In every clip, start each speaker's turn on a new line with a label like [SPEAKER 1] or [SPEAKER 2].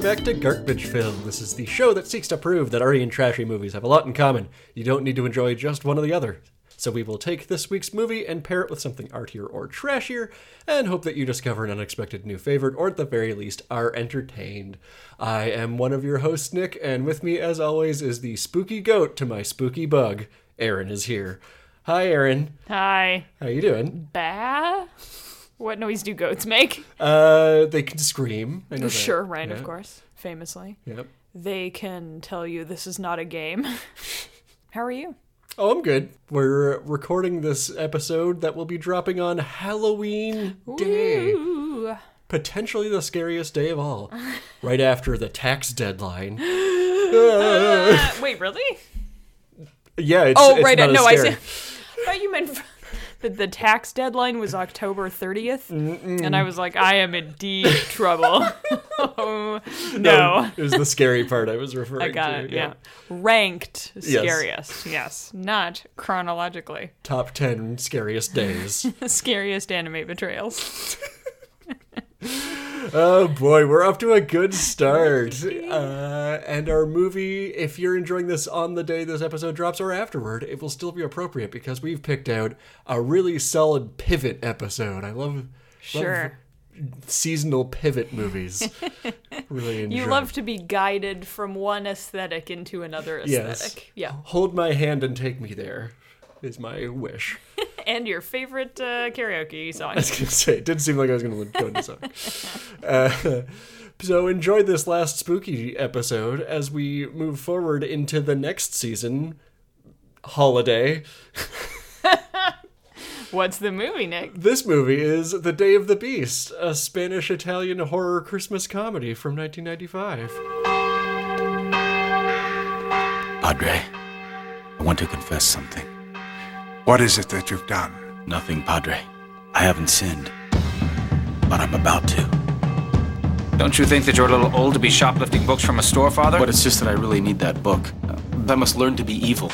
[SPEAKER 1] back to Garbage Film. This is the show that seeks to prove that RE and trashy movies have a lot in common. You don't need to enjoy just one or the other. So we will take this week's movie and pair it with something artier or trashier, and hope that you discover an unexpected new favorite, or at the very least, are entertained. I am one of your hosts, Nick, and with me, as always, is the spooky goat to my spooky bug. Aaron is here. Hi, Aaron.
[SPEAKER 2] Hi.
[SPEAKER 1] How you doing?
[SPEAKER 2] Bah? What noise do goats make?
[SPEAKER 1] Uh, they can scream. I know that.
[SPEAKER 2] sure, right,
[SPEAKER 1] Yeah.
[SPEAKER 2] of course. Famously.
[SPEAKER 1] Yep.
[SPEAKER 2] They can tell you this is not a game. How are you?
[SPEAKER 1] Oh, I'm good. We're recording this episode that will be dropping on Halloween Day.
[SPEAKER 2] Ooh.
[SPEAKER 1] Potentially the scariest day of all. right after the tax deadline.
[SPEAKER 2] Uh, wait, really?
[SPEAKER 1] Yeah, it's,
[SPEAKER 2] Oh,
[SPEAKER 1] it's
[SPEAKER 2] right.
[SPEAKER 1] Not
[SPEAKER 2] uh,
[SPEAKER 1] as
[SPEAKER 2] No, I
[SPEAKER 1] scary.
[SPEAKER 2] see. I thought you meant f- that the tax deadline was October 30th. And I was like, I am in deep trouble. Oh, no.
[SPEAKER 1] it was the scary part I was referring
[SPEAKER 2] I got
[SPEAKER 1] to.
[SPEAKER 2] it. Yeah. Ranked
[SPEAKER 1] Yes.
[SPEAKER 2] scariest. yes. Not chronologically.
[SPEAKER 1] Top 10 scariest days.
[SPEAKER 2] The scariest anime betrayals.
[SPEAKER 1] Oh boy, we're off to a good start. Uh, and our movie, if you're enjoying this on the day this episode drops or afterward, it will still be appropriate because we've picked out a really solid pivot episode. I love, love
[SPEAKER 2] Sure.
[SPEAKER 1] seasonal pivot movies. really enjoy.
[SPEAKER 2] You love to be guided from one aesthetic into another
[SPEAKER 1] Yes.
[SPEAKER 2] aesthetic. Yeah.
[SPEAKER 1] Hold my hand and take me there is my wish.
[SPEAKER 2] And your favorite uh, karaoke song.
[SPEAKER 1] I was gonna say it didn't seem like I was gonna go into something. Uh, so enjoy this last spooky episode as we move forward into the next season holiday.
[SPEAKER 2] What's the movie, Nick?
[SPEAKER 1] This movie is The Day of the Beast, a Spanish Italian horror Christmas comedy from 1995.
[SPEAKER 3] Padre, I want to confess something.
[SPEAKER 4] What is it that you've done?
[SPEAKER 3] Nothing, Padre. I haven't sinned, but I'm about to.
[SPEAKER 5] Don't you think that you're a little old to be shoplifting books from a store, Father?
[SPEAKER 3] But it's just that I really need that book. Uh, I must learn to be evil.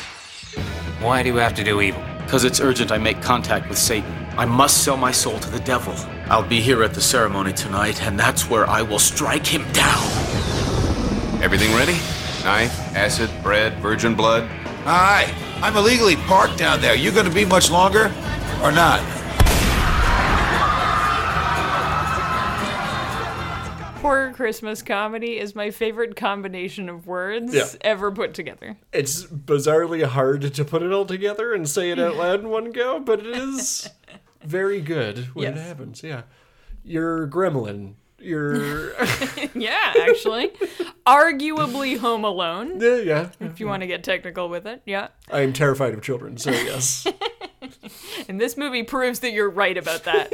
[SPEAKER 5] Why do you have to do evil?
[SPEAKER 3] Because it's urgent I make contact with Satan. I must sell my soul to the devil. I'll be here at the ceremony tonight, and that's where I will strike him down.
[SPEAKER 6] Everything ready? Knife, acid, bread, virgin blood.
[SPEAKER 4] Hi, I'm illegally parked down there. You gonna be much longer or not?
[SPEAKER 2] Horror Christmas comedy is my favorite combination of words
[SPEAKER 1] Yeah.
[SPEAKER 2] ever put together.
[SPEAKER 1] It's bizarrely hard to put it all together and say it out loud in one go, but it is very good when it
[SPEAKER 2] Yes.
[SPEAKER 1] happens. Yeah, you're gremlin. You're
[SPEAKER 2] Yeah, actually. Arguably Home Alone,
[SPEAKER 1] yeah, yeah.
[SPEAKER 2] if you want to get technical with it. Yeah.
[SPEAKER 1] I am terrified of children, so yes.
[SPEAKER 2] And this movie proves that you're right about that.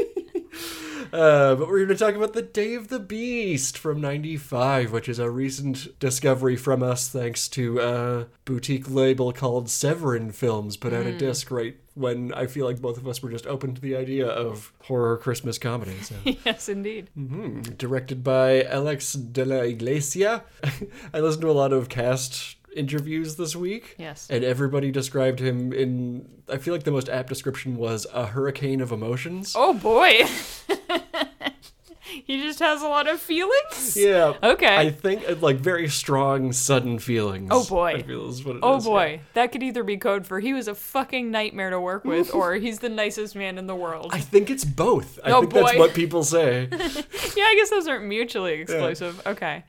[SPEAKER 1] uh, but we're going to talk about The Day of the Beast from 95, which is a recent discovery from us thanks to a boutique label called Severin Films put out a disc right when I feel like both of us were just open to the idea of horror Christmas comedy. So.
[SPEAKER 2] yes, indeed.
[SPEAKER 1] directed by Alex de la Iglesia. I listened to a lot of cast interviews this week.
[SPEAKER 2] Yes.
[SPEAKER 1] And everybody described him in, I feel like the most apt description was a hurricane of emotions.
[SPEAKER 2] Oh, boy. he just has a lot of feelings.
[SPEAKER 1] Yeah.
[SPEAKER 2] Okay.
[SPEAKER 1] I think uh, like very strong, sudden feelings.
[SPEAKER 2] Oh, boy.
[SPEAKER 1] I feel is what it
[SPEAKER 2] Oh
[SPEAKER 1] is,
[SPEAKER 2] boy,
[SPEAKER 1] yeah.
[SPEAKER 2] that could either be code for he was a fucking nightmare to work with, or he's the nicest man in the world.
[SPEAKER 1] I think it's both. I
[SPEAKER 2] Oh,
[SPEAKER 1] think that's
[SPEAKER 2] boy.
[SPEAKER 1] what people say.
[SPEAKER 2] yeah, I guess those aren't mutually exclusive. Okay,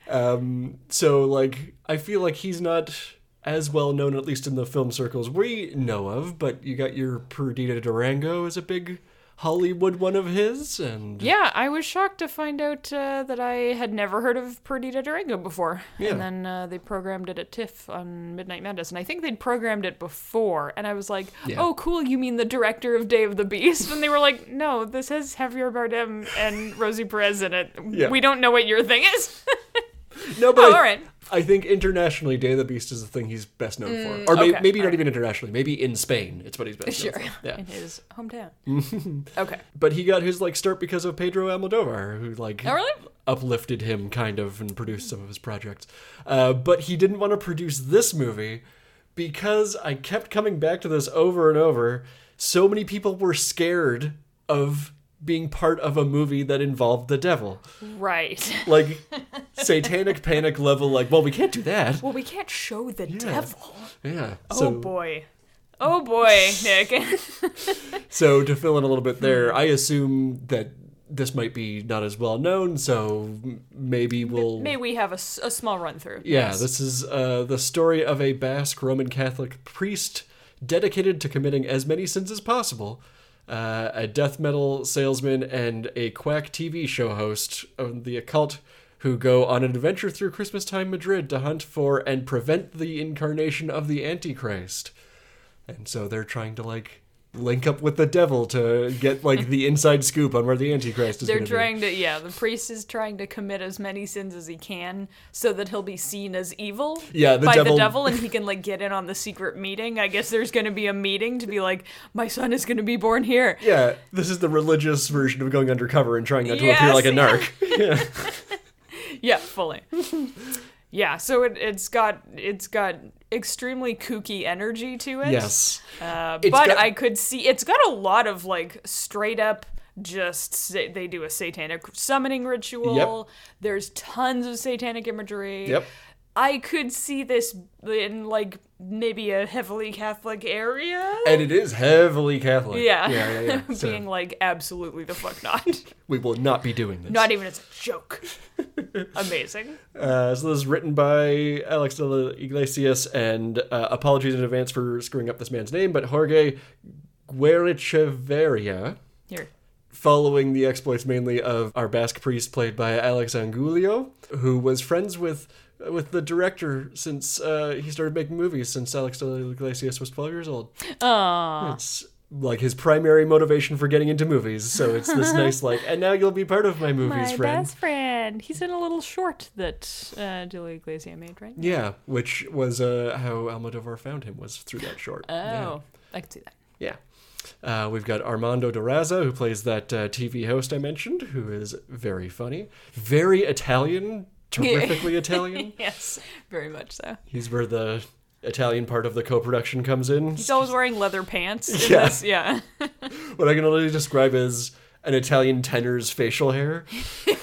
[SPEAKER 1] so like I feel like he's not as well known, at least in the film circles we know of. But you got your Perdita Durango is a big Hollywood one of his, and
[SPEAKER 2] yeah, I was shocked to find out uh, that I had never heard of Perdita Durango before,
[SPEAKER 1] Yeah.
[SPEAKER 2] and then uh, they programmed it at TIFF on Midnight Madness, and I think they'd programmed it before, and I was like,
[SPEAKER 1] Yeah.
[SPEAKER 2] oh cool, you mean the director of Day of the Beast? And they were like, no, this has Javier Bardem and Rosie Perez in it.
[SPEAKER 1] Yeah.
[SPEAKER 2] We don't know what your thing is.
[SPEAKER 1] no, but
[SPEAKER 2] Oh,
[SPEAKER 1] I-
[SPEAKER 2] all right.
[SPEAKER 1] I think internationally, Day of the Beast is the thing he's best known for, or may-
[SPEAKER 2] Mm, okay,
[SPEAKER 1] maybe
[SPEAKER 2] all
[SPEAKER 1] not even internationally. Maybe in Spain, it's what he's best known for. Yeah,
[SPEAKER 2] in his hometown. okay.
[SPEAKER 1] but he got his like start because of Pedro Almodovar, who like
[SPEAKER 2] Oh, really?
[SPEAKER 1] uplifted him kind of and produced some of his projects. Uh, but he didn't want to produce this movie because I kept coming back to this over and over. So many people were scared of being part of a movie that involved the devil.
[SPEAKER 2] Right.
[SPEAKER 1] Like satanic panic level, like, well, we can't do that.
[SPEAKER 2] Well, we can't show the devil.
[SPEAKER 1] Yeah.
[SPEAKER 2] oh boy. Oh boy, Nick.
[SPEAKER 1] So to fill in a little
[SPEAKER 2] Hmm.
[SPEAKER 1] bit there, I assume that this might be not as well known, so m- maybe we'll.
[SPEAKER 2] May we have a, s- a small run through?
[SPEAKER 1] Yeah, this is uh, the story of a Basque Roman Catholic priest dedicated to committing as many sins as possible, uh, a death metal salesman, and a quack TV show host of the occult who go on an adventure through Christmas time Madrid to hunt for and prevent the incarnation of the Antichrist. And so they're trying to, like, link up with the devil to get, like, the inside scoop on where the Antichrist is
[SPEAKER 2] They're
[SPEAKER 1] gonna be.
[SPEAKER 2] trying to, yeah, the priest is trying to commit as many sins as he can so that he'll be seen as evil
[SPEAKER 1] Yeah, the
[SPEAKER 2] by
[SPEAKER 1] devil-
[SPEAKER 2] the devil and he can, like, get in on the secret meeting. I guess there's going to be a meeting to be like, my son is going to be born here.
[SPEAKER 1] Yeah, this is the religious version of going undercover and trying not to appear
[SPEAKER 2] Yes.
[SPEAKER 1] like a narc.
[SPEAKER 2] Yeah, fully. yeah, so it, it's got it's got extremely kooky energy to it.
[SPEAKER 1] Yes.
[SPEAKER 2] uh, but
[SPEAKER 1] It's got-
[SPEAKER 2] I could see it's got a lot of like straight up. Just sa- they do a satanic summoning ritual. There's tons of satanic imagery.
[SPEAKER 1] Yep.
[SPEAKER 2] I could see this in like maybe a heavily Catholic area.
[SPEAKER 1] And it is heavily Catholic.
[SPEAKER 2] yeah.
[SPEAKER 1] Yeah, yeah, yeah.
[SPEAKER 2] Being
[SPEAKER 1] So
[SPEAKER 2] like absolutely the fuck not.
[SPEAKER 1] we will not be doing this.
[SPEAKER 2] not even as a joke. Amazing.
[SPEAKER 1] Uh, so this is written by Alex de la Iglesias, and uh, apologies in advance for screwing up this man's name, but Jorge Guerrecheverria,
[SPEAKER 2] Here.
[SPEAKER 1] following the exploits mainly of our Basque priest played by Alex Angulio, who was friends with with the director since uh, he started making movies since Alex de la Iglesias was 12 years old. It's like his primary motivation for getting into movies. So it's this nice like, and now you'll be part of my movies,
[SPEAKER 2] My
[SPEAKER 1] friend.
[SPEAKER 2] best friend. He's in a little short that uh, Julia Iglesias made, right?
[SPEAKER 1] Yeah, which was uh, how Almodovar found him was through that short.
[SPEAKER 2] Oh, I could see that.
[SPEAKER 1] Yeah. Uh, we've got Armando Duraza, who plays that uh, TV host I mentioned, who is very funny, very Italian, terrifically Italian.
[SPEAKER 2] Yes, very much so.
[SPEAKER 1] He's where the Italian part of the co-production comes in.
[SPEAKER 2] He's always wearing leather pants. In
[SPEAKER 1] Yeah.
[SPEAKER 2] This. Yeah.
[SPEAKER 1] What I can only describe as an Italian tenor's facial hair.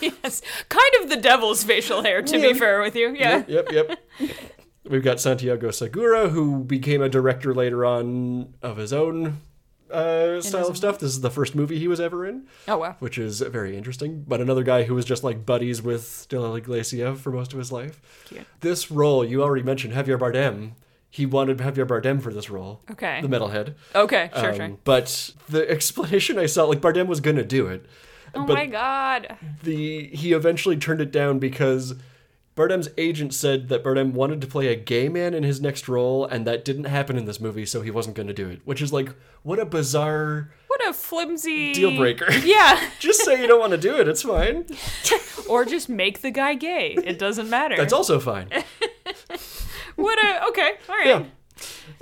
[SPEAKER 2] yes. Kind of the devil's facial hair, to be fair with you. Yeah.
[SPEAKER 1] yep, yep. We've got Santiago Segura, who became a director later on of his own uh, style of stuff. This is the first movie he was ever in,
[SPEAKER 2] Oh, wow.
[SPEAKER 1] which is very interesting. But another guy who was just like buddies with De La Iglesia for most of his life.
[SPEAKER 2] Cute.
[SPEAKER 1] This role, you already mentioned Javier Bardem. He wanted Javier Bardem for this role.
[SPEAKER 2] Okay.
[SPEAKER 1] The metalhead.
[SPEAKER 2] Okay, sure,
[SPEAKER 1] Um,
[SPEAKER 2] sure.
[SPEAKER 1] But the explanation I saw, like Bardem was going to do it
[SPEAKER 2] Oh,
[SPEAKER 1] but-
[SPEAKER 2] my God.
[SPEAKER 1] the he eventually turned it down because Bardem's agent said that Bardem wanted to play a gay man in his next role, and that didn't happen in this movie, so he wasn't going to do it. Which is like, what a bizarre
[SPEAKER 2] What a flimsy.
[SPEAKER 1] deal breaker.
[SPEAKER 2] Yeah.
[SPEAKER 1] Just say you don't want to do it; it's fine.
[SPEAKER 2] or just make the guy gay. It doesn't matter.
[SPEAKER 1] That's also fine.
[SPEAKER 2] What a. Okay, all right.
[SPEAKER 1] Yeah,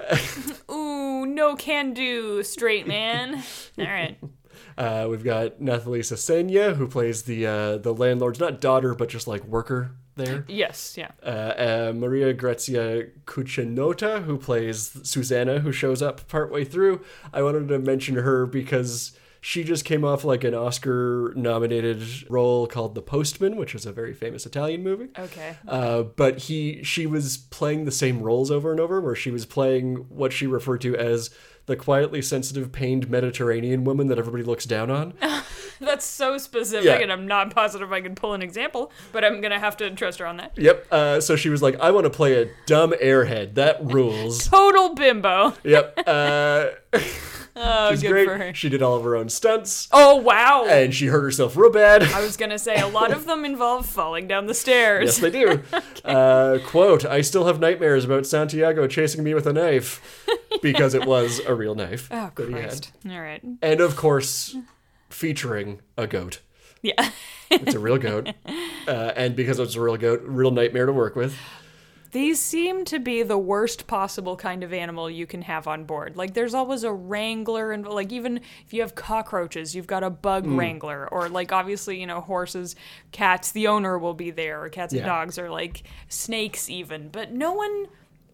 [SPEAKER 2] Ooh, no can do, straight man. all right.
[SPEAKER 1] uh, we've got Nathalie Sesenia who plays the uh, the landlord's not daughter, but just like worker there.
[SPEAKER 2] Yes, yeah.
[SPEAKER 1] uh, uh, Maria Grazia Cucinota, who plays Susanna, who shows up partway through. I wanted to mention her because she just came off like an Oscar nominated role called The Postman, which is a very famous Italian movie.
[SPEAKER 2] Okay.
[SPEAKER 1] Uh, but he she was playing the same roles over and over where she was playing what she referred to as the quietly sensitive pained mediterranean woman that everybody looks down on
[SPEAKER 2] That's so specific,
[SPEAKER 1] Yeah.
[SPEAKER 2] and I'm not positive I can pull an example, but I'm gonna have to trust her on that.
[SPEAKER 1] yep uh, so she was like i want to play a dumb airhead that rules
[SPEAKER 2] Total bimbo.
[SPEAKER 1] yep uh,
[SPEAKER 2] Oh,
[SPEAKER 1] was
[SPEAKER 2] good
[SPEAKER 1] great.
[SPEAKER 2] for her.
[SPEAKER 1] She did all of her own stunts,
[SPEAKER 2] Oh wow.
[SPEAKER 1] and she hurt herself real bad.
[SPEAKER 2] I was gonna say a lot of them involve falling down the
[SPEAKER 1] yes,
[SPEAKER 2] stairs.
[SPEAKER 1] they do. uh, quote: "I still have nightmares about Santiago chasing me with a knife because it was a real knife
[SPEAKER 2] oh
[SPEAKER 1] that he had.
[SPEAKER 2] Christ. All right.
[SPEAKER 1] and of course, featuring a goat.
[SPEAKER 2] Yeah.
[SPEAKER 1] It's a real goat, uh, and because it's a real goat, real nightmare to work with.
[SPEAKER 2] These seem to be the worst possible kind of animal you can have on board. Like there's always a wrangler and like even if you have cockroaches, you've got a bug
[SPEAKER 1] Hmm.
[SPEAKER 2] wrangler or like obviously, you know, horses, cats, the owner will be there or cats
[SPEAKER 1] Yeah.
[SPEAKER 2] and dogs or like snakes even, but no one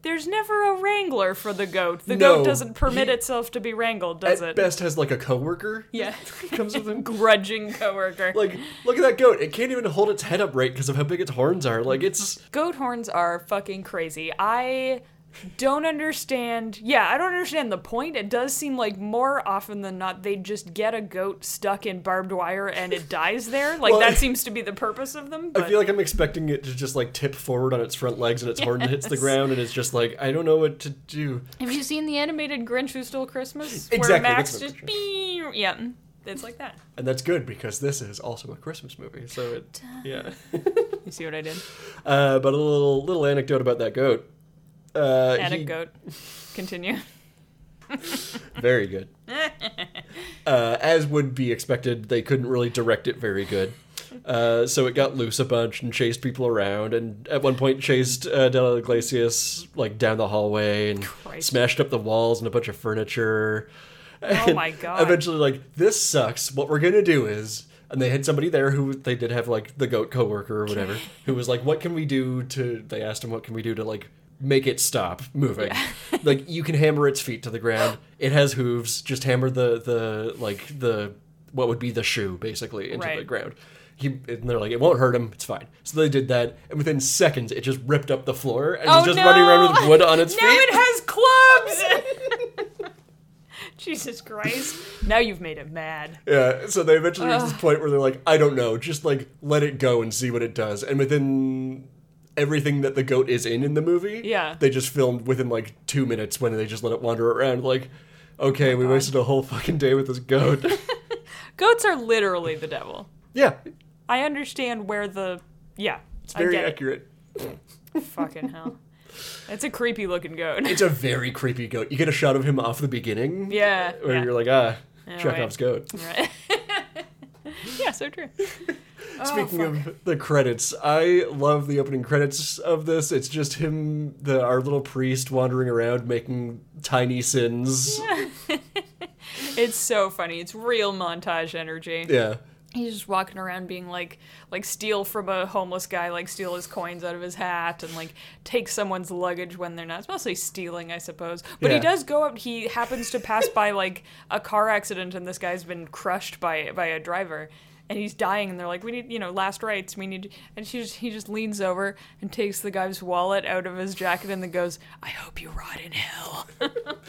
[SPEAKER 2] There's never a wrangler for the goat. The
[SPEAKER 1] No,
[SPEAKER 2] goat doesn't permit
[SPEAKER 1] he-
[SPEAKER 2] itself to be wrangled, does
[SPEAKER 1] At
[SPEAKER 2] it?
[SPEAKER 1] best, has like a coworker.
[SPEAKER 2] Yeah.
[SPEAKER 1] comes with him.
[SPEAKER 2] Grudging coworker.
[SPEAKER 1] Like, look at that goat. It can't even hold its head up right because of how big its horns are. Like, it's
[SPEAKER 2] goat horns are fucking crazy. I don't understand. Yeah, I don't understand the point. It does seem like more often than not they just get a goat stuck in barbed wire and it dies there. Like
[SPEAKER 1] Well, I-
[SPEAKER 2] that seems to be the purpose of them. But
[SPEAKER 1] I feel like I'm expecting it to just like tip forward on its front legs and its horn hits the
[SPEAKER 2] Yes.
[SPEAKER 1] ground and it's just like, I don't know what to do.
[SPEAKER 2] have you seen the animated Grinch Who Stole Christmas?
[SPEAKER 1] Exactly,
[SPEAKER 2] Where Max
[SPEAKER 1] that's what I'm
[SPEAKER 2] just bee yeah, it's like that.
[SPEAKER 1] And that's good because this is also a Christmas movie. So it, yeah.
[SPEAKER 2] You see what I did?
[SPEAKER 1] Uh, but a little little anecdote about that goat. Uh, he-
[SPEAKER 2] Anecdote. Continue.
[SPEAKER 1] Very good. uh, as would be expected, they couldn't really direct it very good. Uh, so it got loose a bunch and chased people around, and at one point chased uh, De La Iglesias like down the hallway and
[SPEAKER 2] Christ.
[SPEAKER 1] smashed up the walls and a bunch of furniture.
[SPEAKER 2] Oh my god.
[SPEAKER 1] Eventually, like this sucks. What we're gonna do is, and they had somebody there who they did have like the goat coworker or whatever, who was like, "What can we do to?" They asked him, "What can we do to like make it stop moving?" like you can hammer its feet to the ground. It has hooves. Just hammer the the like the what would be the shoe basically into the
[SPEAKER 2] Right.
[SPEAKER 1] ground. He, and they're like, it won't hurt him. It's fine. So they did that, and within seconds, it just ripped up the floor and was just running around with wood on its
[SPEAKER 2] Oh, now
[SPEAKER 1] feet.
[SPEAKER 2] it has clubs. Jesus Christ! Now you've made it mad.
[SPEAKER 1] Yeah, so they eventually reach this point where they're like, I don't know, just like let it go and see what it does. And within everything that the goat is in in the movie,
[SPEAKER 2] Yeah.
[SPEAKER 1] they just filmed within like two minutes when they just let it wander around. Like,
[SPEAKER 2] Oh
[SPEAKER 1] okay, we wasted a whole fucking day with this goat.
[SPEAKER 2] Goats are literally the devil.
[SPEAKER 1] yeah,
[SPEAKER 2] I understand where the yeah. It's
[SPEAKER 1] very
[SPEAKER 2] I get
[SPEAKER 1] accurate.
[SPEAKER 2] It. Fucking hell. That's a creepy looking goat.
[SPEAKER 1] It's a very creepy goat. You get a shot of him off the beginning,
[SPEAKER 2] yeah.
[SPEAKER 1] where
[SPEAKER 2] yeah.
[SPEAKER 1] you're like, ah, Chekhov's
[SPEAKER 2] right.
[SPEAKER 1] goat.
[SPEAKER 2] Right. yeah, so true.
[SPEAKER 1] Speaking of the credits, I love the opening credits of this. It's just him, the our little priest, wandering around making tiny sins.
[SPEAKER 2] It's so funny. It's real montage energy.
[SPEAKER 1] Yeah.
[SPEAKER 2] He's just walking around being like like steal from a homeless guy, like steal his coins out of his hat and like take someone's luggage when they're not. It's mostly stealing, I suppose. But
[SPEAKER 1] Yeah.
[SPEAKER 2] he does go up he happens to pass by like a car accident and this guy's been crushed by by a driver and he's dying and they're like, We need you know, last rites, we need and she just he just leans over and takes the guy's wallet out of his jacket and then goes, I hope you rot in hell.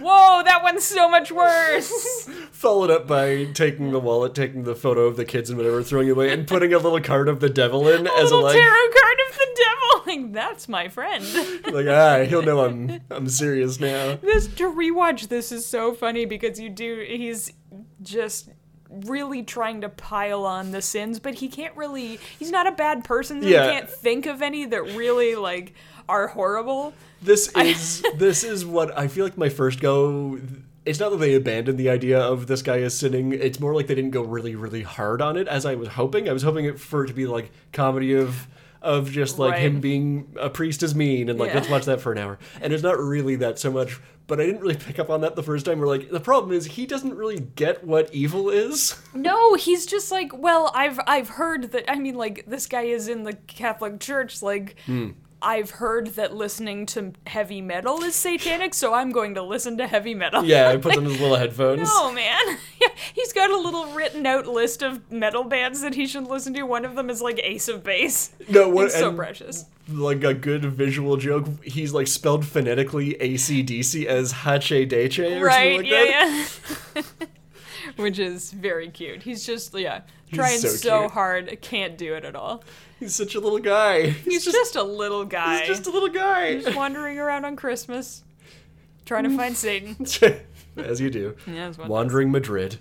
[SPEAKER 2] Whoa, that one's so much worse.
[SPEAKER 1] Followed up by taking the wallet, taking the photo of the kids and whatever, throwing it away, and putting a little card of the devil in as a
[SPEAKER 2] little
[SPEAKER 1] like,
[SPEAKER 2] tarot card of the devil. Like, that's my friend.
[SPEAKER 1] like ah, he'll know I'm I'm serious now.
[SPEAKER 2] this to rewatch this is so funny because you do he's just really trying to pile on the sins, but he can't really he's not a bad person, so
[SPEAKER 1] Yeah.
[SPEAKER 2] he can't think of any that really like are horrible.
[SPEAKER 1] This is this is what I feel like my first go. It's not that they abandoned the idea of this guy is sinning. It's more like they didn't go really really hard on it as I was hoping. I was hoping it for it to be like comedy of of just like
[SPEAKER 2] Right.
[SPEAKER 1] him being a priest is mean and like
[SPEAKER 2] Yeah.
[SPEAKER 1] let's watch that for an hour. And it's not really that so much. But I didn't really pick up on that the first time. We're like the problem is he doesn't really get what evil is.
[SPEAKER 2] No, he's just like, well, I've I've heard that I mean like this guy is in the Catholic Church like I've heard that listening to heavy metal is satanic, so I'm going to listen to heavy metal.
[SPEAKER 1] Yeah, he puts on his little headphones.
[SPEAKER 2] Oh man, yeah, he's got a little written out list of metal bands that he should listen to. One of them is like Ace of Base.
[SPEAKER 1] No, what-
[SPEAKER 2] It's so
[SPEAKER 1] and-
[SPEAKER 2] precious.
[SPEAKER 1] like a good visual joke. He's like spelled phonetically ACDC as Hache Deche or
[SPEAKER 2] Right?
[SPEAKER 1] something like
[SPEAKER 2] yeah,
[SPEAKER 1] that.
[SPEAKER 2] yeah. Which is very cute. He's just yeah trying
[SPEAKER 1] so
[SPEAKER 2] so,
[SPEAKER 1] cute.
[SPEAKER 2] hard, can't do it at all.
[SPEAKER 1] He's such a little guy. He's
[SPEAKER 2] He's just, a little guy,
[SPEAKER 1] just a Mm. little guy.
[SPEAKER 2] just wandering around on Christmas, trying to find Satan.
[SPEAKER 1] As you do.
[SPEAKER 2] Yeah, that's what it
[SPEAKER 1] Wandering Madrid.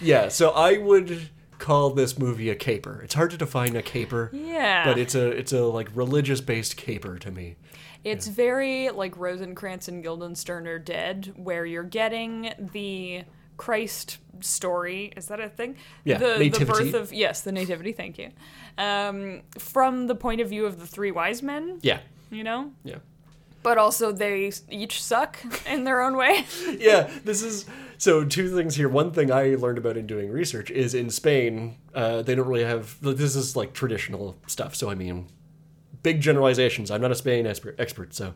[SPEAKER 1] yeah, so I would call this movie a caper. It's hard to define a caper.
[SPEAKER 2] Yeah.
[SPEAKER 1] But it's a it's a like religious based caper to me.
[SPEAKER 2] It's very like Rosencrantz and Guildenstern are dead, where you're getting the Christ story. Is that a thing?
[SPEAKER 1] Yeah,
[SPEAKER 2] The,
[SPEAKER 1] nativity.
[SPEAKER 2] the birth of yes, the nativity. Thank you. Um, from the point of view of the three wise men,
[SPEAKER 1] Yeah.
[SPEAKER 2] you know,
[SPEAKER 1] Yeah.
[SPEAKER 2] but also they s- each suck in their own way.
[SPEAKER 1] yeah, this is so. Two things here. One thing I learned about in doing research is in Spain, uh, they don't really have. This is like traditional stuff. So I mean, big generalizations. I'm not a Spain expert, expert so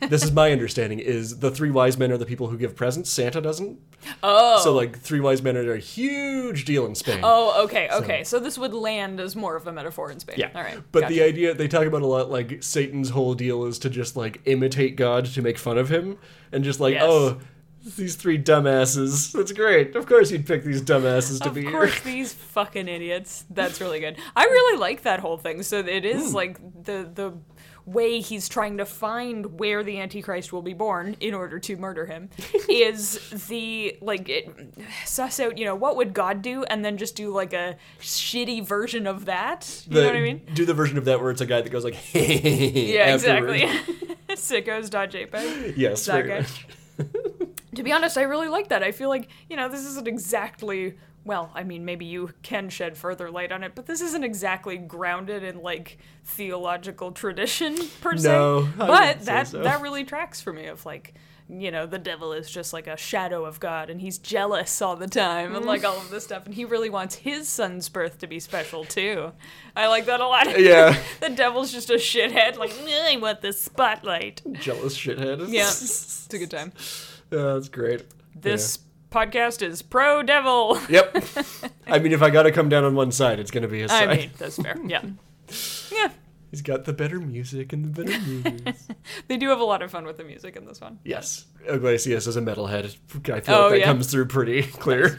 [SPEAKER 1] this is my understanding: is the three wise men are the people who give presents. Santa doesn't. Oh. So like three wise men are a huge deal in Spain.
[SPEAKER 2] Oh, okay, okay. So, this would land as more of a metaphor in Spain.
[SPEAKER 1] Yeah.
[SPEAKER 2] All right.
[SPEAKER 1] But
[SPEAKER 2] gotcha.
[SPEAKER 1] the idea they talk about a lot, like Satan's whole deal is to just like imitate God to make fun of him, and just like
[SPEAKER 2] Yes.
[SPEAKER 1] oh, these three dumbasses. That's great. Of course you'd pick these dumbasses to
[SPEAKER 2] of
[SPEAKER 1] be here.
[SPEAKER 2] course, these fucking idiots. That's really good. I really like that whole thing. So it is like the the way he's trying to find where the Antichrist will be born in order to murder him is the like it, suss out you know what would God do and then just do like a shitty version of that. You know
[SPEAKER 1] The-
[SPEAKER 2] what I mean?
[SPEAKER 1] Do the version of that where it's a guy that goes like,
[SPEAKER 2] Yeah,
[SPEAKER 1] yeah,
[SPEAKER 2] exactly. E Sickos.jpg.
[SPEAKER 1] Yes,
[SPEAKER 2] That
[SPEAKER 1] very
[SPEAKER 2] guy.
[SPEAKER 1] much.
[SPEAKER 2] to be honest, I really like that. I feel like, you know, this isn't exactly, well, I mean, maybe you can shed further light on it, but this isn't exactly grounded in, like, theological tradition, per se.
[SPEAKER 1] No, I wouldn't
[SPEAKER 2] but
[SPEAKER 1] say
[SPEAKER 2] that,
[SPEAKER 1] so.
[SPEAKER 2] that really tracks for me of, like, you know, the devil is just like a shadow of God and he's jealous all the time and, like, all of this stuff. And he really wants his son's birth to be special, too. I like that a lot.
[SPEAKER 1] Yeah.
[SPEAKER 2] the devil's just a shithead, like, "Nah, I want the spotlight.
[SPEAKER 1] Jealous shithead.
[SPEAKER 2] Yeah, it's a good time.
[SPEAKER 1] Yeah, that's great.
[SPEAKER 2] This podcast is pro devil.
[SPEAKER 1] Yeah. Yep. I mean, if I gotta come down on one side, it's gonna be his
[SPEAKER 2] I
[SPEAKER 1] side.
[SPEAKER 2] mean, that's fair. Yeah. Yeah.
[SPEAKER 1] He's got the better music and the better movies.
[SPEAKER 2] They do have a lot of fun with the music in this one.
[SPEAKER 1] Yes. Iglesias is a metalhead. I feel
[SPEAKER 2] Oh,
[SPEAKER 1] like that
[SPEAKER 2] yeah.
[SPEAKER 1] comes through pretty clear.